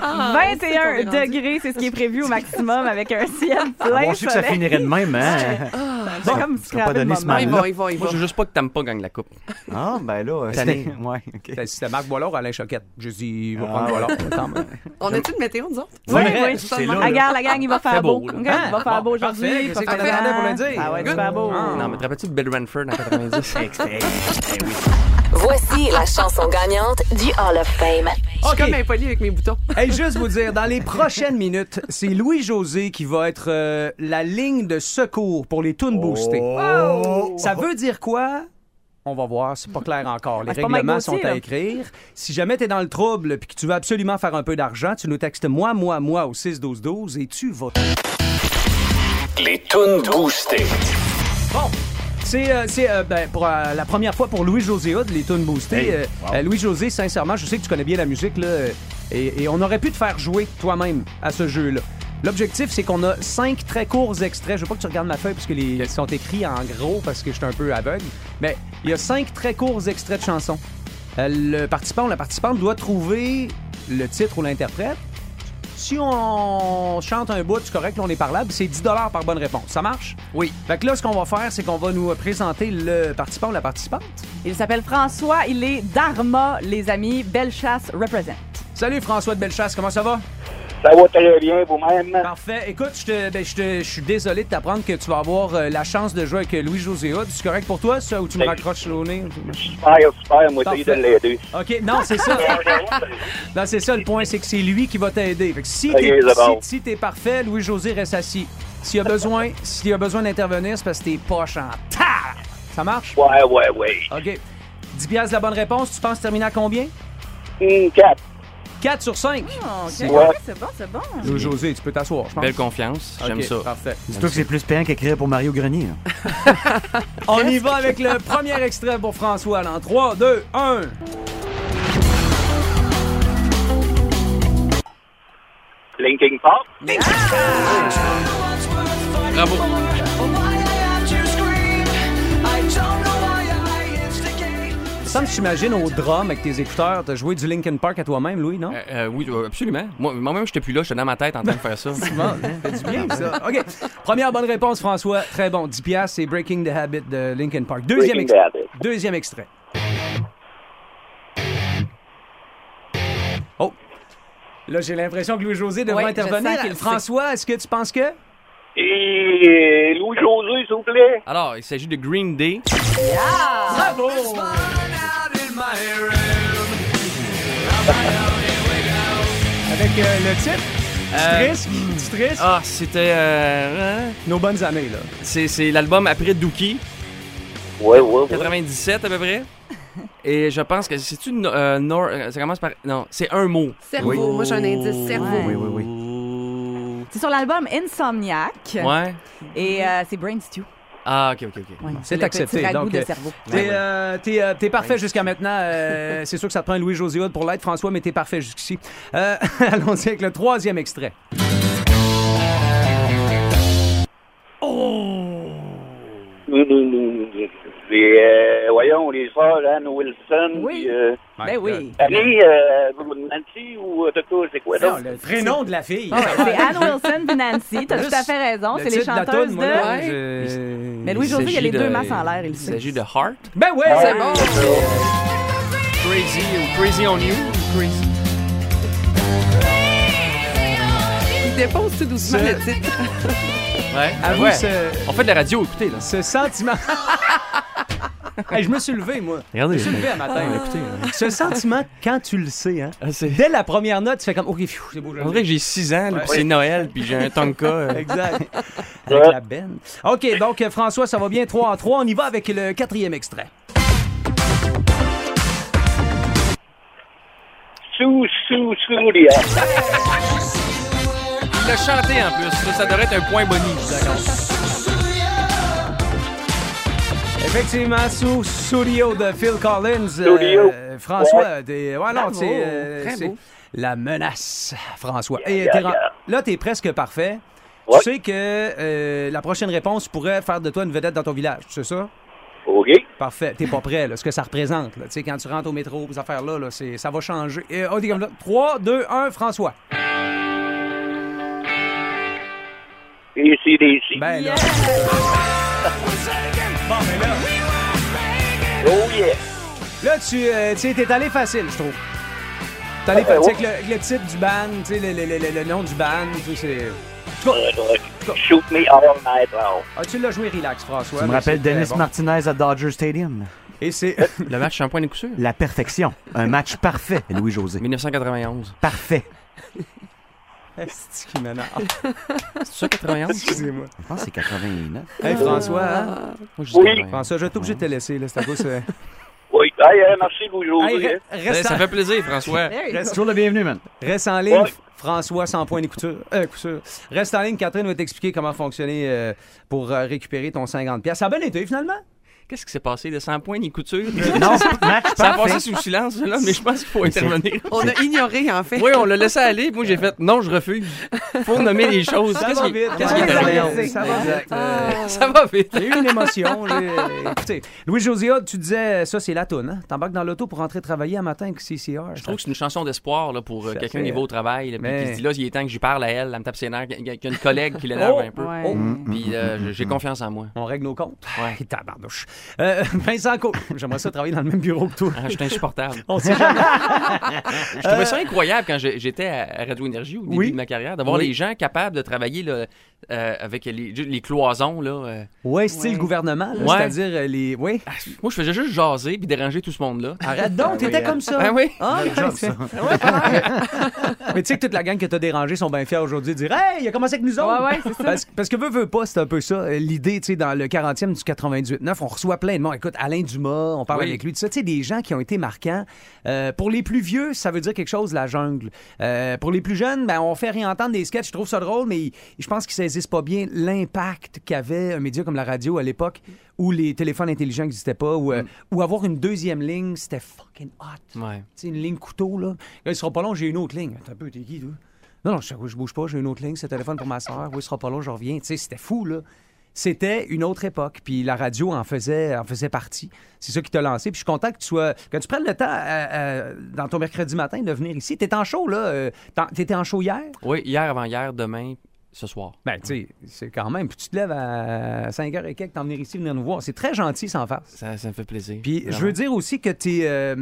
Ah, on sait qu'on est 21 rendu. degrés, c'est ce qui est prévu au maximum avec un ciel Ah, plein bon, je sais que ça soleil. finirait de même, hein? Ça- Ah, comme ça se sera pas rappeler donné le ce moment. mal-là. Il va, il Moi, je veux juste pas que Tampa gagne la coupe. Ah, ben là, euh, Cette année. c'était- Ouais, ok. Ben, C'était Marc Boilard ou Alain Choquette. Je dis, on va Ah, prendre Boilard. ouais. Attends, mais- On a-tu une météo, nous autres? Oui, oui, c'est là, là. Regarde, la gang, il va faire Fait beau. beau, là. Regarde, Il va faire beau aujourd'hui. parfait. il va Qu'est-ce qu'on faire attendait pour le grand. dire? Ça va être Good. super beau. Non, mais te rappelles-tu de Bill Renford en 90? Voici la chanson gagnante du Hall of Fame. Je suis comme impoli avec mes boutons. Hey, juste vous dire, dans les prochaines minutes, c'est Louis-José qui va être euh, la ligne de secours pour les tunes boostées. Oh! Ça veut dire quoi? On va voir, c'est pas clair encore. Les Ah, c'est pas Mike règlements sont Gauthier, à là. écrire. Si jamais tu es dans le trouble puis que tu veux absolument faire un peu d'argent, tu nous textes moi, moi, moi au 6-12-12 et tu vas. Les tunes boostées. C'est euh, c'est, euh, ben, pour euh, la première fois pour Louis-José Hood, les tunes boostées. Hey, Euh, wow. euh, Louis-José, sincèrement, je sais que tu connais bien la musique, là, euh, et, et on aurait pu te faire jouer toi-même à ce jeu-là. L'objectif, c'est qu'on a cinq très courts extraits. Je veux pas que tu regardes ma feuille parce que les ils sont écrits en gros parce que je suis un peu aveugle. Mais il y a cinq très courts extraits de chansons. Euh, le participant ou la participante doit trouver le titre ou l'interprète. Si on chante un bout, c'est correct, là, on est parlable, c'est 10 par bonne réponse. Ça marche? Oui. Fait que là, ce qu'on va faire, c'est qu'on va nous présenter le participant ou la participante. Il s'appelle François, il est d'Arma, les amis. Belle chasse represent. Salut François de Bellechasse, comment ça va? Ça va très bien vous-même. Parfait. Écoute, je te- ben, je te- je suis désolé de t'apprendre que tu vas avoir euh, la chance de jouer avec euh, Louis-José Hood. C'est correct pour toi, ça, ou tu me Ben, raccroches le nez? Super, super, moi, essayer de Parfait. l'aider. OK, non, c'est ça. non, c'est ça, le point, c'est que c'est lui qui va t'aider. Fait que si Ok, t'es c'est bon. si, si t'es parfait, Louis-José reste assis. S'il y a besoin, s'il y a besoin d'intervenir, c'est parce que t'es poche en tas. Ça marche? Ouais, ouais, ouais. OK. 10 piastres la bonne réponse. Tu penses terminer à combien? 4. 4 sur 5. C'est Ouais. bon, c'est bon, c'est bon. Louis-José, tu peux t'asseoir, je pense. Belle confiance, Ben, j'aime Ok, ça. Parfait. Dis-toi que c'est plus payant qu'écrire pour Mario Grenier. hein. là. On y va avec le premier extrait pour François. En 3, 2, 1. Linking Park. Bravo. Ça me s'imagine au drum avec tes écouteurs. T'as joué du Linkin Park à toi-même, Louis, non? Euh, oui, euh, absolument. Moi- Moi-même, j'étais plus là, j'étais dans ma tête en train de faire ça. Bon, fait du bien, ça. OK. Première bonne réponse, François. Très bon. 10 piastres, c'est Breaking the Habit de Linkin Park. Deuxième, Breaking the extrait. Deuxième extrait. Oh. Là, j'ai l'impression que Louis-José devrait Ouais, je intervenir. sens qu'il le sait. François, est-ce que tu penses que... Et Louis-José, s'il vous plaît. Alors, il s'agit de Green Day. Bravo! Avec euh, le titre, Euh, Triste, petit triste. Ah, c'était. euh, hein? Nos bonnes années, là. C'est c'est l'album après Dookie. Ouais, ouais, ouais. 97 à peu près. Et je pense que c'est une. euh, Nor- euh, ça commence par. Non, c'est un mot. Cerveau. Moi, j'ai un indice, cerveau. Oui, oui, oui. C'est sur l'album Insomniac. Ouais. Et euh, c'est Brain Stew. Ah, ok, ok, ok. C'est le accepté. petit ragoût Donc, de euh, cerveau. t'es euh, t'es, euh, t'es parfait jusqu'à maintenant. Euh, c'est sûr que ça te prend Louis José Hood pour l'être, François, mais t'es parfait jusqu'ici. Euh, Allons-y avec le troisième extrait. Et euh, voyons, les frères Anne Wilson. Oui. Puis, euh, Ben oui. Annie, euh, Nancy ou en tout cas, c'est quoi Non, donc? le vrai nom de la fille. Ah ouais, c'est Anne Wilson puis Nancy. T'as tout à fait raison. Le C'est les titre de la chanteuses toune, de. moi, là, Ouais. je- Mais Louis-José, il y a les s'agit deux de- masses en l'air, il le Il sait. s'agit de Heart. Ben ouais! C'est bon! Crazy ou Crazy on You. ou Crazy. Il dépose tout doucement Ce- le titre. Ouais. À ben vous, ouais. ce- On fait de la radio, écoutez, là. Ce sentiment. Hey, je me suis levé, moi. Regardez, je me suis levé à matin. Ah, écoutez, là. Ce sentiment, quand tu le sais, hein, dès la première note, tu fais comme, OK, pfiou, c'est beau. On dirait que j'ai 6 ans, là, puis c'est Noël, puis j'ai un Tonka. euh. Exact. Avec la benne. OK, donc euh, François, ça va bien 3 en 3. On y va avec le quatrième extrait. Sous, sous, sous, les Il l'a chanté en plus, ça, ça devrait être un point bonus. Effectivement, sous Studio de Phil Collins. euh, Studio. François, des- ouais, non, Bravo. c'est, euh, Très c'est beau. la menace, François. Et yeah, t'es ren- yeah. Là, t'es presque parfait. Tu sais que euh, la prochaine réponse pourrait faire de toi une vedette dans ton village, c'est ça? OK. Parfait. T'es pas prêt, là, ce que ça représente. là. Tu sais, quand tu rentres au métro, ces affaires-là, là, c'est- ça va changer. Et, on est comme là. 3, 2, 1, François. Et c'est des si. Ben, là. Bon, mais là. Oh, yeah. Là, tu euh, tu sais, t'es allé facile, je trouve. T'es allé Ah, ben facile avec ouais. le, avec le titre du band, tu sais, le, le- le- le nom du band, tu sais, c'est. Shoot me all night long. Ah, tu l'as joué relax, François. Tu me mais rappelles c'était Dennis bon. Martinez à Dodger Stadium. Et c'est. Le match, c'est un point de coup sûr. La perfection. Un match parfait, Louis-José. 1991. Parfait. Est-ce qui m'énerve? C'est ça, 91? Excusez-moi. Je pense que c'est 89. Euh, Hey, François. hein? je dis rien. François, je trouve que j'étais laissé, là, c'est à cause. euh, Oui. Hey, hey, merci, Hey, Louis-José. re- reste Eh, Ça en- fait plaisir, François. Reste- Toujours le bienvenu, man. Reste en ligne, Ouais. François, sans point de couture. euh, coup sûr. Reste en ligne, Catherine va t'expliquer comment fonctionner euh, pour euh, récupérer ton 50$. Ça a bien été, finalement. Qu'est-ce qui s'est passé de 100 points ni couture? Non, match Ça a parfait. passé sous silence, là, mais je pense qu'il faut Mais c'est- intervenir. On a ignoré, en fait. Oui, on l'a laissé aller. Moi, j'ai fait non, je refuse. Faut nommer les choses. Ça Qu'est-ce va qui vite. qu'est-ce qui est Ouais, arrivé? ça va vite. Euh, Exact. Ça va vite. J'ai eu une émotion. j'ai- euh, Écoutez, Louis José Hood, tu disais, ça c'est la toune. Hein? T'embarques dans l'auto pour rentrer travailler un matin avec CCR. Je trouve que c'est une chanson d'espoir là, pour euh, Ça quelqu'un fait- qui va au travail. là, puis Mais- qui se dit là, il est temps que j'y parle à elle, elle me tape ses nerfs, qu'il y a qu'il y a une collègue qui l'énerve Oh! un peu. Ouais. Oh! Puis euh, j'ai confiance en moi. On règle nos comptes. Ouais. Tabarnouche. Euh, Vincent Co. J'aimerais ça travailler dans le même bureau que toi. Euh, Ah, je suis insupportable. On sait jamais. Je trouvais ça incroyable quand j'ai- j'étais à Radio Énergie au début Oui. de ma carrière, d'avoir Oui. les gens capables de travailler là, euh, avec les, les cloisons. Là, euh, Ouais, style gouvernement, là, Ouais. c'est-à-dire euh, les. Oui. Moi, je faisais juste jaser puis déranger tout ce monde-là. Arrête donc, t'étais comme ça. Ben Ah oui. Ah, Le job, ça. Ouais, pas mal. Mais tu sais que toute la gang que t'as dérangée sont bien fiers aujourd'hui de dire Hey, il a commencé avec nous autres. Ouais, ouais, c'est ça. Parce, parce que veut, veut pas, c'est un peu ça. Euh, L'idée, tu sais, dans le 40e du 98-9, on reçoit plein de monde. Écoute, Alain Dumas, on parle Oui. avec lui de ça. Tu sais, des gens qui ont été marquants. Euh, pour les plus vieux, ça veut dire quelque chose, la jungle. Euh, pour les plus jeunes, ben, on fait réentendre des sketchs. Je trouve ça drôle, mais ils- je pense qu'ils saisissent pas bien l'impact qu'avait un média comme la radio à l'époque où les téléphones intelligents n'existaient pas, où, euh, où avoir une deuxième ligne, c'était fucking hot. Ouais. Tu sais, une ligne couteau, là. Là, il sera pas long, j'ai une autre ligne. Attends un peu, t'es qui, toi? Non, non, je, je bouge pas, j'ai une autre ligne, c'est le téléphone pour ma soeur. Oui, il sera pas long, je reviens. Tu sais, c'était fou, là. c'était une autre époque, puis la radio en faisait, en faisait partie. C'est ça qui t'a lancé. Puis je suis content que tu sois, que tu prennes le temps euh, euh, dans ton mercredi matin de venir ici. T'es en show là, euh, t'en- t'étais en show hier. Oui, hier, avant-hier, demain, ce soir. Ben tu sais, c'est quand même. Puis tu te lèves à 5 h et quelques, t'en venir ici, venir nous voir. C'est très gentil sans farce. Ça, ça me fait plaisir. Puis je Vraiment. veux dire aussi que t'es, euh,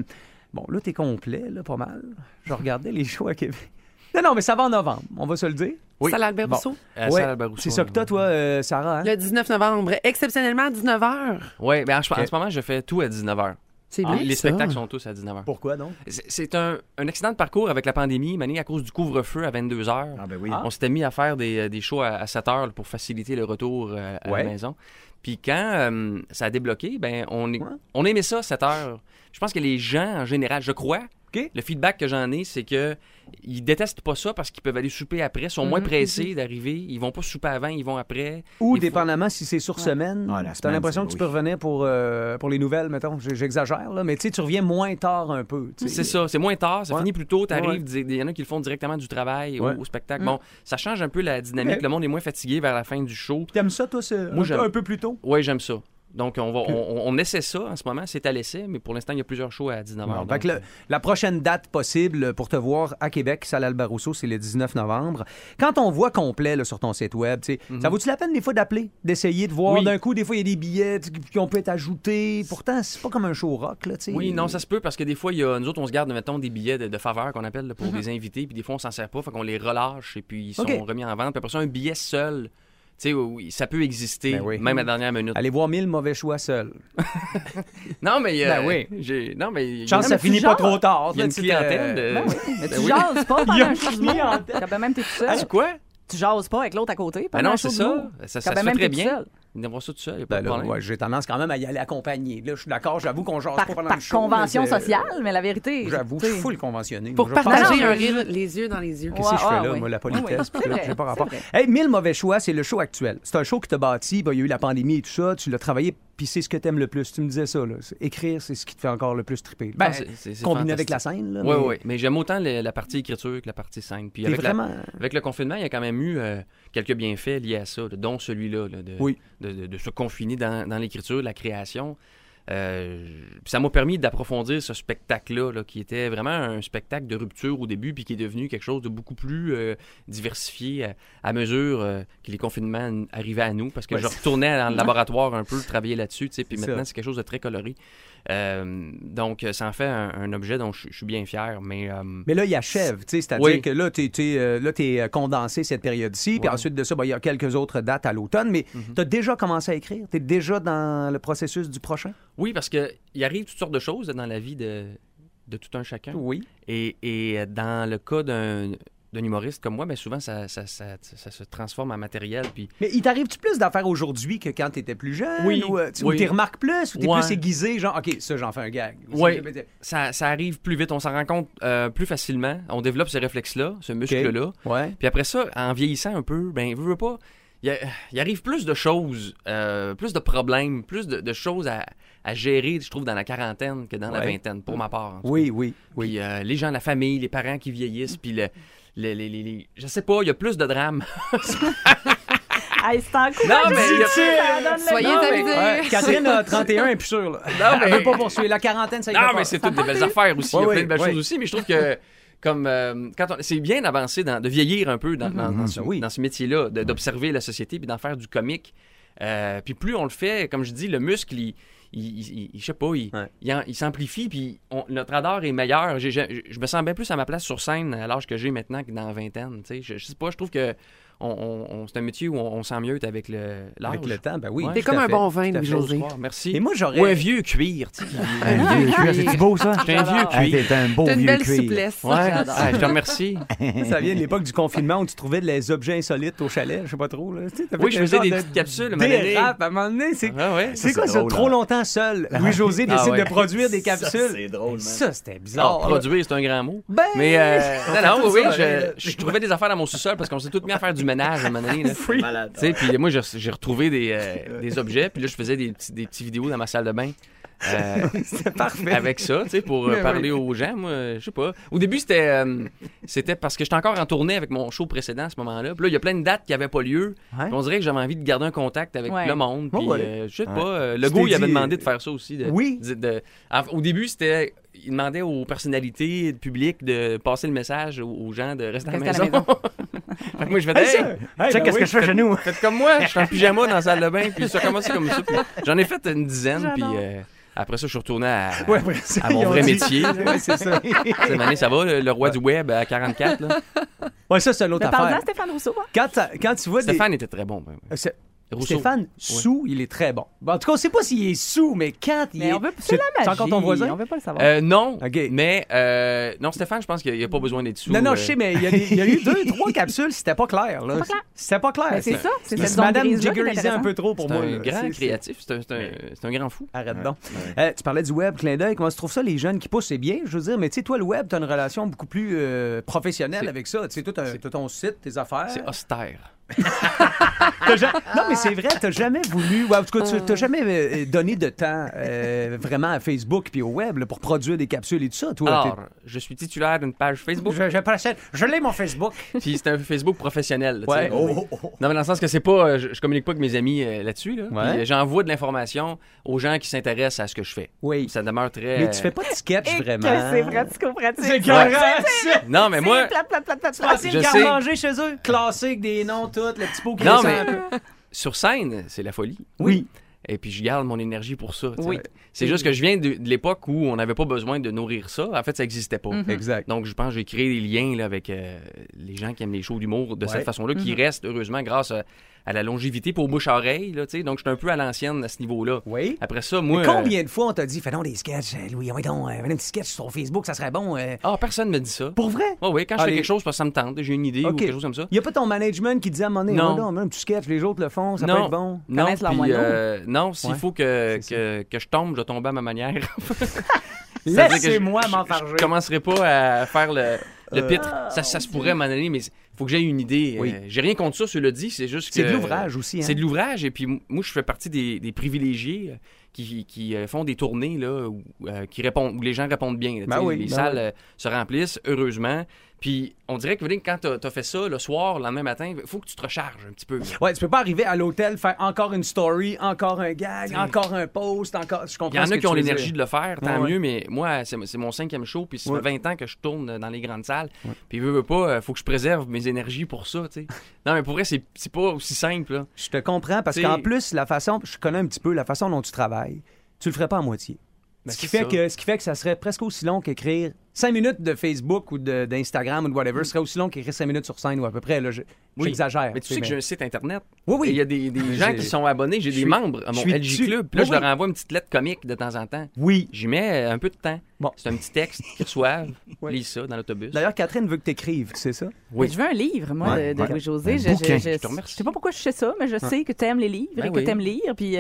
bon là t'es complet là, pas mal. Je regardais les shows à Québec. Non non, mais ça va en novembre, on va se le dire. Oui. Salle Albert Rousseau. Euh, Ouais, salle Albert Rousseau, C'est ça que toi, toi, euh, Sarah. hein? Le 19 novembre, exceptionnellement à 19h. Oui, mais ben, en, en Ok. ce moment, je fais tout à 19h. C'est bien, Ah, Les ça. spectacles sont tous à 19h. Pourquoi donc? C'est c'est un, un accident de parcours avec la pandémie, Mané, à cause du couvre-feu à 22h. Ah. On s'était mis à faire des, des shows à, 7h pour faciliter le retour euh, à Ouais. la maison. Puis quand euh, ça a débloqué, ben on, est, on aimait ça, 7h. Je pense que les gens, en général, je crois, le feedback que j'en ai, c'est que ils détestent pas ça parce qu'ils peuvent aller souper après, sont moins Mhm. pressés d'arriver. Ils vont pas souper avant, ils vont après. Ou dépendamment si c'est sur semaine. T'as semaine, l'impression que tu peux revenir pour, euh, pour les nouvelles, mettons. J- J'exagère, là, mais tu sais, tu reviens moins tard un peu. tu sais. C'est ça, c'est moins tard, ça Ouais. finit plus tôt, t'arrives, Ouais. dis- il y en a qui le font directement du travail au- Ouais. au, spectacle. Mm. Bon, ça change un peu la dynamique, Ouais. le monde est moins fatigué vers la fin du show. T'aimes ça, toi, ce- Moi, un, j'aime. peu, un peu plus tôt? Oui, j'aime ça. Donc, on, va, on, on essaie ça en ce moment, c'est à l'essai, mais pour l'instant, il y a plusieurs shows à 19h. Bon, donc, fait que le- la prochaine date possible pour te voir à Québec, salle Albert Rousseau, c'est le 19 novembre. Quand on voit complet là, sur ton site web, tu sais, ça vaut-tu la peine des fois d'appeler, d'essayer de voir Mhm. Oui. d'un coup, des fois il y a des billets tu- qui ont peut être ajoutés. Pourtant, c'est pas comme un show rock, là, tu sais. Oui, non, ça se peut parce que des fois, il y a, nous autres, on se garde, mettons, des billets de, de faveur qu'on appelle là, pour des invités, puis des fois, on s'en sert pas, fait qu'on les relâche et puis ils sont Mhm. Ok. remis en vente. Puis après ça, un billet seul, tu sais, oui, ça peut exister, Ben oui. même à la dernière minute. Allez voir mille mauvais choix seuls. Non, mais. euh, Ben oui. j'ai- Non, mais. Chance, ça finit pas trop tard. Il y a là, une tu te- clientèle de. Ben oui, mais Tu Ben oui. jases Il y pas a pendant un une show d'humour. Quand ben même t'es tout seul. Ah, c'est quoi? Tu jases pas avec l'autre à côté Ben pendant non, un c'est show ça. d'humour. Ça, ça Quand se ben fait même très t'es tout bien. seul. D'avoir ça tout seul, y a pas Ben de là, problème. ouais, j'ai tendance quand même à y aller accompagné. Là, je suis d'accord, j'avoue qu'on jase pas Par, pendant par le show, convention mais c'est- sociale, mais la vérité. J'avoue, je suis full conventionné. Pour Je pense- partager un rire les yeux dans les yeux. Qu'est-ce que je fais là, moi, la politesse? puis là, j'ai pas rapport. Hey, Mille mauvais choix, c'est le show actuel. C'est un show qui t'a bâti. ben, Il y a eu la pandémie et tout ça. Tu l'as travaillé, puis c'est ce que t'aimes le plus. Tu me disais ça, là. C'est- Écrire, c'est ce qui te fait encore le plus triper. Ben, Non, c'est- c'est- c'est combiné avec fantastique. la scène, là. Oui, mais- oui. Mais j'aime autant le- la partie écriture que la partie scène. Puis T'es avec, la- vraiment- Euh, avec le confinement, il y a quand même eu euh, quelques bienfaits liés à ça, là, dont celui-là, là, de, Oui. de, de- de se confiner dans, dans l'écriture, la création. Euh, puis ça m'a permis d'approfondir ce spectacle-là, là, qui était vraiment un spectacle de rupture au début, puis qui est devenu quelque chose de beaucoup plus euh, diversifié à, à mesure euh, que les confinements n- arrivaient à nous, parce que Ouais, je c'est- retournais dans le laboratoire un peu, travailler là-dessus, tu sais, puis C'est maintenant, ça. c'est quelque chose de très coloré. Euh, donc, euh, ça en fait un, un objet dont je je suis bien fier, mais... euh, Mais là, il achève, tu sais, c'est-à-dire Oui. que là, tu es condensé cette période-ci, puis ensuite de ça, ben, il y a quelques autres dates à l'automne, mais Mm-hmm. tu as déjà commencé à écrire, tu es déjà dans le processus du prochain. Oui, parce que il arrive toutes sortes de choses dans la vie de, de tout un chacun. Oui. Et, et dans le cas d'un d'un humoriste comme moi, ben souvent, ça, ça, ça- ça se transforme en matériel, puis... Mais il t'arrive-tu plus d'affaires aujourd'hui que quand tu étais plus jeune? Oui, Ou euh, tu oui. t'y remarques plus? Ou t'es Ouais. plus aiguisé? Genre, OK, ça, j'en fais un gag. Oui, ça, ça arrive plus vite, on s'en rend compte euh, plus facilement. On développe ce réflexe-là, ce muscle-là. Ouais. Puis après ça, en vieillissant un peu, ben, veux, veux pas, il y a- il arrive plus de choses, euh, plus de problèmes, plus de, de choses à, à gérer, je trouve, dans la quarantaine que dans la Ouais. vingtaine, pour ma part. en tout Oui, oui. oui. euh, les gens, la famille, les parents qui vieillissent, puis le, le- les- les- les- je sais pas, il y a plus de drames. Hey, c'est encourageant. Non, mais il y a- Ça donne le Soyez goût. amusés. Ouais, Catherine a 31 est plus sûre. Là. Non, mais- Elle veut pas poursuivre. La quarantaine, ça y fait Non, peur. mais c'est toutes des belles affaires aussi. Ouais, il y a ouais, plein de belles ouais. choses aussi, mais je trouve que comme euh, quand on- c'est bien d'avancer, dans- de vieillir un peu dans, dans- Mhm. dans ce, dans ce métier-là, de- d'observer la société puis d'en faire du comique. Euh, puis plus on le fait, comme je dis, le muscle, il, il- il- il- je sais pas, il, il en- il s'amplifie, puis on- notre radar est meilleur. J'ai- j'ai- je me sens bien plus à ma place sur scène à l'âge que j'ai maintenant que dans la vingtaine. tu sais. Je, je sais pas, je trouve que on, on- on- c'est un métier où on, on sent mieux avec le l'âge. Avec le temps, ben oui. Ouais. tout à fait, tout à fait. Merci. Et moi, j'aurais. Ou un vieux cuir. tu sais, qui- Un vieux cuir, c'est-tu beau, ça? J'étais un vieux J'adore. cuir. Hey, t'es un beau T'as une vieux belle cuir. souplesse. Ouais. J'adore. Ah, je te remercie. Ça vient de l'époque du confinement où tu trouvais des objets insolites au chalet, je sais pas trop. Là. Tu sais, t'avais Oui, je un faisais genre des de petites capsules. à un moment donné. Dérapes, à un moment donné, c'est Ah ouais. c'est quoi ça? drôle, Trop hein. longtemps seul. Louis-José Ah décide ouais. de produire des capsules. Ça, c'est drôle, Ça, c'était bizarre. Ah, là. produire, c'est un grand mot. Ben, Mais euh, on fait non, non, tout oui, ça, euh, oui, là. je, je trouvais des affaires dans mon sous-sol parce qu'on s'est tous mis à faire du ménage à un moment donné. là. Tu sais, puis moi, j'ai j'ai retrouvé des, euh, des objets, puis là, je faisais des, petits- des petites vidéos dans ma salle de bain. Euh, C'est parfait. Avec ça, tu sais, pour euh, Mais parler oui. aux gens, moi, euh, je sais pas. Au début, c'était euh, c'était parce que j'étais encore en tournée avec mon show précédent à ce moment-là. Puis là, il y a plein de dates qui n'avaient pas lieu. Puis on dirait que j'avais envie de garder un contact avec Ouais. le monde. Puis Oh, ouais. euh, je sais Ouais. pas, euh, Tu Legault, t'es il avait dit, demandé de faire ça aussi. de- Oui. de- de- en- au début, c'était... Il demandait aux personnalités publiques de passer le message aux- aux gens de rester à la Reste à maison. la Fait que moi, je vais Hey, dire, ça- hey, ben qu'est-ce oui, que je fais faites- chez nous. Faites comme moi, je suis en pyjama dans la salle de bain, puis ça commence comme ça. puis J'en ai fait une dizaine, puis J'adore. euh, après ça, je suis retourné à, Ouais, après ça, à mon ils ont vrai dit- métier. Ouais, c'est ça. Cette année, ça va, le, le roi du web à 44. Là. Ouais, ça, c'est une autre Mais parle-en à affaire. Stéphane Rousseau. hein. Quand, ça- quand tu vois des- Stéphane était très bon. ben, Euh, c'est- Rousseau. Stéphane, Ouais. sous, il est très bon. Bon, en tout cas, on sait pas s'il est sous, mais quand il Mais est. on veut- c'est C'est la c'est magie, encore ton voisin? on veut pas le savoir. Euh, non, mais euh, non, Stéphane, je pense qu'il n'y a pas besoin d'être sous. Non, non, euh, je sais, mais il y, a des- il y a eu deux, trois capsules, c'était pas clair. là. C'était pas clair. Mais Ben, c'est ça, c'est Mais cette zone Madame grise-là qui est jiggerisait un intéressante. peu trop pour C'est moi. un là. grand C'est- créatif, c'est un, c'est un- c'est un grand fou. Arrête donc. Euh, tu parlais du web, clin d'œil. Comment se trouve ça, les jeunes qui poussent? C'est bien, je veux dire, mais tu sais, toi, le web, tu as une relation beaucoup plus euh, professionnelle C'est- avec ça. Tu sais, toi, t'as t'as ton site, tes affaires. C'est austère. T'as ja- Non, mais c'est vrai, t'as jamais voulu. ouais, en tout cas, tu t'as jamais euh, donné de temps euh, vraiment à Facebook puis au web là, pour produire des capsules et tout ça. Toi, Alors, je suis titulaire d'une page Facebook. Je, l'ai, mon Facebook. Puis c'est un Facebook professionnel. là, tu Ouais. Oh, sais. Non, mais dans le sens que c'est pas. euh, Je, je communique pas avec mes amis euh, là-dessus. Là. Ouais. Puis, euh, J'envoie de l'information aux gens qui s'intéressent à ce que je fais. Oui. Ça demeure très. Mais tu fais pas de sketch Et que vraiment. Que c'est pratico-pratique. C'est Ouais. correct, ça. Non, mais moi. Plat, plat, plat, plat, Tu plat. passes Je une carte sais. manger chez eux, classique, des noms, tout, le petit pot qui Non, descend mais euh, un peu. sur scène, c'est la folie. Oui. Et puis je garde mon énergie pour ça. tu sais. Oui. C'est juste que je viens de, de l'époque où on n'avait pas besoin de nourrir ça. En fait, ça n'existait pas. Mhm. Exact. Donc je pense que j'ai créé des liens là, avec euh, les gens qui aiment les shows d'humour de Ouais. cette façon-là, qui Mhm. restent heureusement grâce à, à la longévité pour bouche-oreille. Là, tu sais. Donc je suis un peu à l'ancienne à ce niveau-là. Oui. Après ça, Mais moi. euh, combien de fois on t'a dit, fais donc des sketchs, euh, Louis, on donc, euh, fais donc un petit sketch sur Facebook, ça serait bon. euh. Ah, personne me dit ça. Pour vrai? Oui, oui, quand je Ah, fais les- quelque chose, parce que ça me tente, j'ai une idée ou Ok. quelque chose comme ça. Il n'y a pas ton management qui dit à un moment donné, Non. oh, non, mais un petit sketch, les autres le font, ça peut être bon. non, Connaissent leur puis, moineau. euh, non, s'il Ouais. faut que, que, que je tombe, je tombe à ma manière. C'est-à-dire que je- Laissez-moi je- m'enfarger. Je commencerai pas à faire le, le Euh, pitre. ça, ça se pourrait à un moment donné, mais il faut que j'aie une idée. Oui. Euh, J'ai rien contre ça, cela dit, c'est juste que... C'est de l'ouvrage aussi, hein. C'est de l'ouvrage, et puis m- moi, je fais partie des, des privilégiés euh, qui, qui euh, font des tournées, là, où, euh, qui répondent, où les gens répondent bien. là, Ben tu sais, oui, les ben salles oui. euh, se remplissent, heureusement. Puis on dirait que vous voyez, quand t'as as fait ça, le soir, le lendemain matin, il faut que tu te recharges un petit peu. Ouais, tu peux pas arriver à l'hôtel, faire encore une story, encore un gag, encore un post, encore. Je comprends Il y en ce a que qui ont tu veux l'énergie dire. de le faire, tant Ouais, ouais. mieux, mais moi, c'est c'est mon cinquième show, puis ça Ouais. fait 20 ans que je tourne dans les grandes salles, puis veux, veux pas, euh, faut que je préserve mes énergies pour ça, tu sais. non, mais pour vrai, c'est c'est pas aussi simple, là. Je te comprends parce T'sais- qu'en plus, la façon, je connais un petit peu la façon dont tu travailles, tu le ferais pas à moitié. Ben, ce, qui c'est fait ça. que, ce qui fait que ça serait presque aussi long qu'écrire 5 minutes de Facebook ou de- d'Instagram ou de whatever, ce serait aussi long qu'écrire 5 minutes sur scène ou à peu près. là, je- Oui. J'exagère. Mais tu sais que j'ai un site Internet. Oui, oui. Et Il y a des, des Mais gens j'ai- qui sont abonnés, j'ai je des suis- membres à je mon suis LG dessus. Club, puis là, Oui, je leur oui. envoie une petite lettre comique de temps en temps. Oui. J'y mets euh, un peu de temps. Bon. C'est un petit texte qu'ils reçoivent, lisent ça dans l'autobus. D'ailleurs, Catherine veut que tu écrives, c'est ça? Mais Je veux un livre, moi, Ouais, de, de ouais. Louis-José. Un Je, je- bouquin. je- Je te remercie. je sais pas pourquoi je sais ça, mais je Ouais. sais que tu aimes les livres Ben et que oui. Mm. tu aimes lire. Puis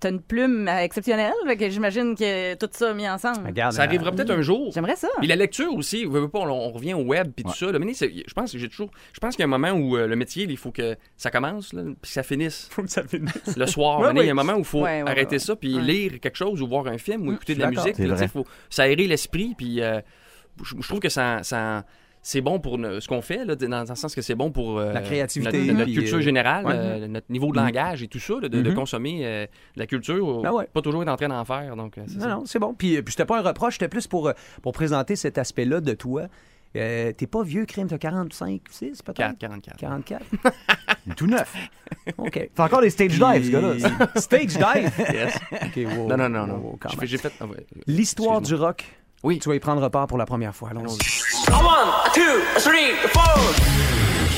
tu as une plume euh, exceptionnelle. Fait que j'imagine que tout ça mis ensemble. ça euh, arrivera peut-être Ah, un jour. J'aimerais ça. Puis la lecture aussi, veux, veux pas, on, on revient au web puis tout ça. là. Mais c'est- je pense que j'ai toujours, je pense qu'il y a un moment où euh, le métier, il faut que ça commence là, puis ça finisse. Faut que ça finisse. Le soir, Ouais, maintenant, il y a un oui. moment où il faut Ouais, ouais, arrêter ouais. ça puis Ouais. Mm, lire quelque chose ou voir un film ou écouter je de la suis d'accord. musique. C'est là, tu sais, vrai. faut s'aérer l'esprit puis euh, je, je trouve que ça, ça- c'est bon pour ne- ce qu'on fait là, dans, dans le sens que c'est bon pour euh, La créativité, notre- notre, puis, culture euh, générale, ouais. euh, notre niveau de Mhm. langage et tout ça, là, de, de Mhm. consommer euh, la culture, Ben ouais. pas toujours être en train d'en faire. Donc, euh, c'est Non, ça. non, c'est bon. Puis, euh, puis c'était pas un reproche, c'était plus pour, euh, pour présenter cet aspect-là de toi. Euh, T'es pas vieux, crime, t'as 45, 6 peut-être? 44. 44. Tout neuf. OK. Fait encore des stage dives, ce gars-là. Stage dive? Yes. OK, wow, non, non, non, non. wow, wow, quand J'ai même. fait- j'ai fait- ah ouais. L'histoire du rock. Oui. Tu vas y prendre part pour la première fois. Allons-y.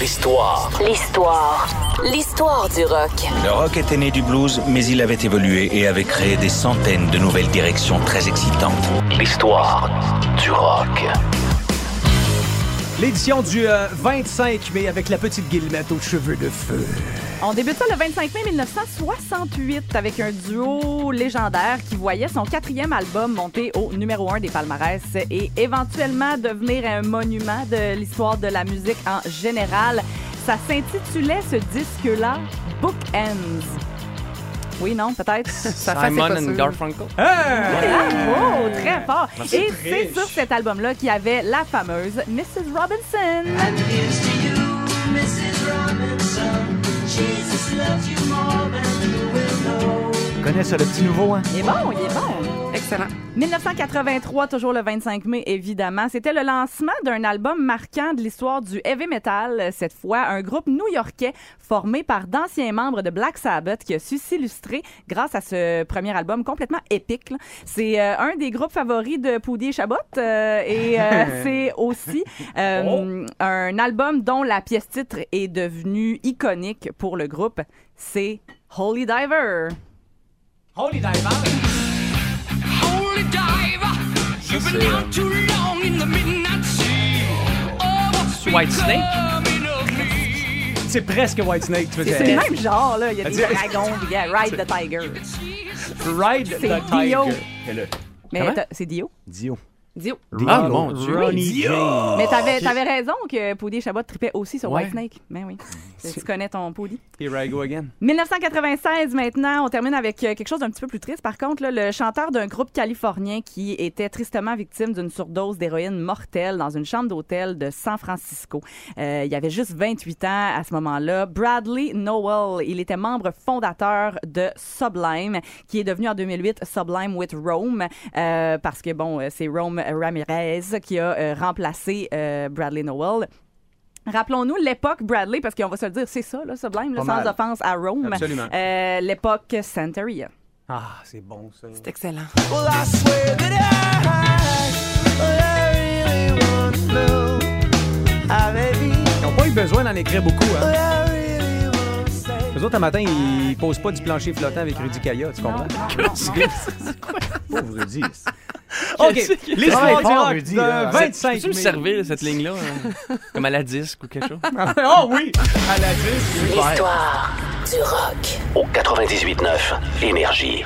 L'histoire. L'histoire. L'histoire du rock. Le rock était né du blues, mais il avait évolué et avait créé des centaines de nouvelles directions très excitantes. euh, L'histoire du rock. L'édition du euh, 25 mai avec la petite guillemette aux cheveux de feu. On débute ça le 25 mai 1968 avec un duo légendaire qui voyait son quatrième album monter au numéro un des palmarès et éventuellement devenir un monument de l'histoire de la musique en général. Ça s'intitulait ce disque-là Bookends. Oui, non, peut-être. euh, Ça fait, c'est Simon pas and sûr. Garfunkel. Bravo, Oh, très fort. Merci. Et c'est sur cet album-là qu'il y avait la fameuse Mrs. Robinson. Connais ça, le petit nouveau, hein? Il est bon, il est bon. Excellent. 1983, toujours le 25 mai, évidemment. C'était le lancement d'un album marquant de l'histoire du heavy metal. Cette fois, un groupe new-yorkais formé par d'anciens membres de Black Sabbath qui a su s'illustrer grâce à ce premier album complètement épique. là. C'est euh, un des groupes favoris de Poudy et Chabot euh, et euh, c'est aussi euh, un album dont la pièce titre est devenue iconique pour le groupe. C'est Holy Diver. Holy Diver. Holy diver, you've been c'est, down too long in the midnight sea. Oh, what's White Snake? becoming of me? C'est presque White Snake, tu veux dire. C'est le même genre, là. Il y a des Vas-y. dragons, puis il y a Ride the Tiger. Ride the C'est Tiger. Dio. Fais-le. Mais Comment? t'as- c'est Dio. Dio. Dio. Ah, mon Dieu. Ronnie Oui, Dio. James. Mais t'avais, t'avais raison que Poudy et Chabot tripaient aussi sur Ouais. White Snake. Ben oui. Tu connais ton Poudy. Here I go again. 1996 maintenant, on termine avec euh, quelque chose d'un petit peu plus triste. Par contre, là, le chanteur d'un groupe californien qui était tristement victime d'une surdose d'héroïne mortelle dans une chambre d'hôtel de San Francisco. Euh, il avait juste 28 ans à ce moment-là. Bradley Nowell, il était membre fondateur de Sublime, qui est devenu en 2008 Sublime with Rome, euh, parce que bon, euh, c'est Rome Ramirez qui a euh, remplacé euh, Bradley Nowell. Rappelons-nous l'époque Bradley, parce qu'on va se le dire, c'est ça, là, Sublime, là, Pas sans mal. offense à Rome. Absolument. Euh, l'époque Santeria. Ah, c'est bon, ça. C'est excellent. Well, I swear that I, well, I really want blue. I may be, Ils n'ont pas eu besoin d'en écrire beaucoup, hein. but I really want say. Eux autres, un matin, ils posent pas du plancher flottant avec Rudy Kaya, tu comprends? Pauvre Rudy. OK, Qu'est-ce que- l'histoire Ouais, du fort, rock Rudy, de là. 25 mai. Peux-tu me servir cette ligne-là? hein? Comme à la disque ou quelque chose? oh oui, à la 10. L'histoire du rock. Au 98.9, Énergie.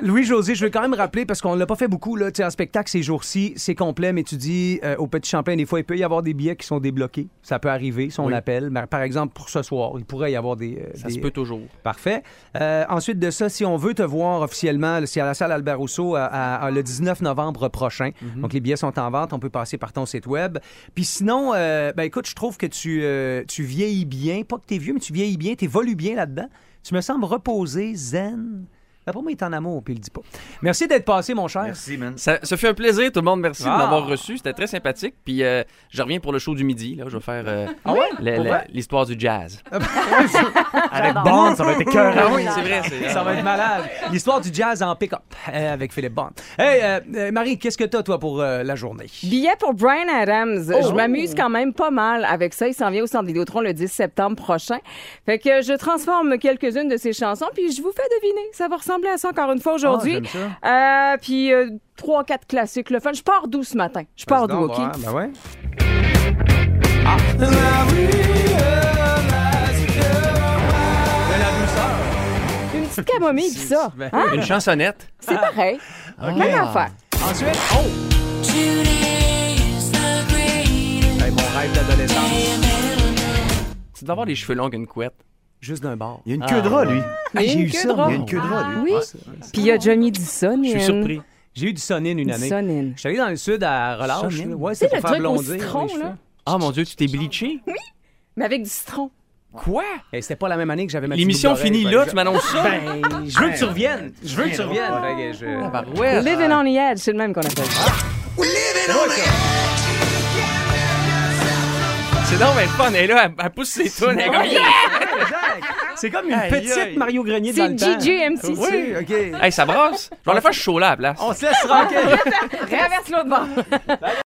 Louis-José, je veux quand même rappeler, parce qu'on l'a pas fait beaucoup, là, tu sais, en spectacle ces jours-ci, c'est complet, mais tu dis euh, au Petit Champlain, des fois, il peut y avoir des billets qui sont débloqués. Ça peut arriver, si on Oui. l'appelle. Mais, Par exemple, pour ce soir, il pourrait y avoir des... euh, Ça des- se peut toujours. Parfait. Euh, ensuite de ça, si on veut te voir officiellement, c'est à la salle Albert Rousseau à- à- à le 19 novembre prochain. Donc les billets sont en vente, on peut passer par ton site web. Puis sinon, euh, ben écoute, je trouve que tu, euh, tu vieillis bien, pas que t'es vieux, mais tu vieillis bien, t'évolues bien là-dedans. Tu me sembles reposé, zen. D'après moi, il est en amour, puis il le dit pas. Merci d'être passé, mon cher. Merci, man. Ça, ça fait un plaisir, tout le monde. Merci Ah. de m'avoir reçu. C'était très sympathique. Puis euh, je reviens pour le show du midi. Là. Je vais faire euh, Ah ouais? la- Pour la- vrai? l'histoire du jazz. Avec Bond, ça va être écœurant. Ah C'est vrai, c'est- Ça va être malade. L'histoire du jazz en pick-up euh, avec Philippe Bond. Hey, euh, euh, Marie, qu'est-ce que t'as, toi, pour euh, la journée? Billet pour Brian Adams. Oh! Je m'amuse quand même pas mal avec ça. Il s'en vient au Centre Vidéotron le 10 septembre prochain. Fait que je transforme quelques-unes de ses chansons, puis je vous fais deviner. Ça va ressembler à ça encore une fois aujourd'hui. Ah, j'aime Euh, puis euh, trois, quatre classiques. Le fun. Je pars d'où ce matin? Je pars d'où, Vas-y OK? donc, ouais, ben ouais. Ah! Une petite camomille, puis ça. Ben, Hein? Une chansonnette. C'est pareil. Ok. Même affaire. Ensuite, oh! Hey, mon rêve d'adolescence. Tu dois avoir les cheveux longs qu'une couette. Juste d'un bord. Il y a une queue de rat, lui. Il y a une queue de rat. Oui. Puis il y a Johnny Dusson. Je suis surpris. J'ai eu du sonine une Du année. sonine. Je suis allé dans le sud à relâche. Sonine. là. Ouais, Tu sais, c'est pour le faire truc au blondir. citron, là. Ah, mon Dieu, tu t'es bleaché? Oui, mais avec du citron. Quoi? Et Eh, c'était pas la même année que j'avais ma L'émission petite boucle finit d'oreille, là, ben, tu ben, m'annonces ça? Ben, je veux que tu reviennes. Je veux que tu reviennes. Fait que Ah, je- ben, Living on the edge, c'est le même qu'on appelle. C'est donc, mais fun. Elle est là, elle, elle pousse ses tounes. Elle est comme, yeah! C'est comme une Aïe, petite aïe. Mario Grenier dans le temps. Oui, OK. Hey, ça brasse. Je vais aller faire chaud là à la place. On se laisse tranquille. Traverse l'autre bord.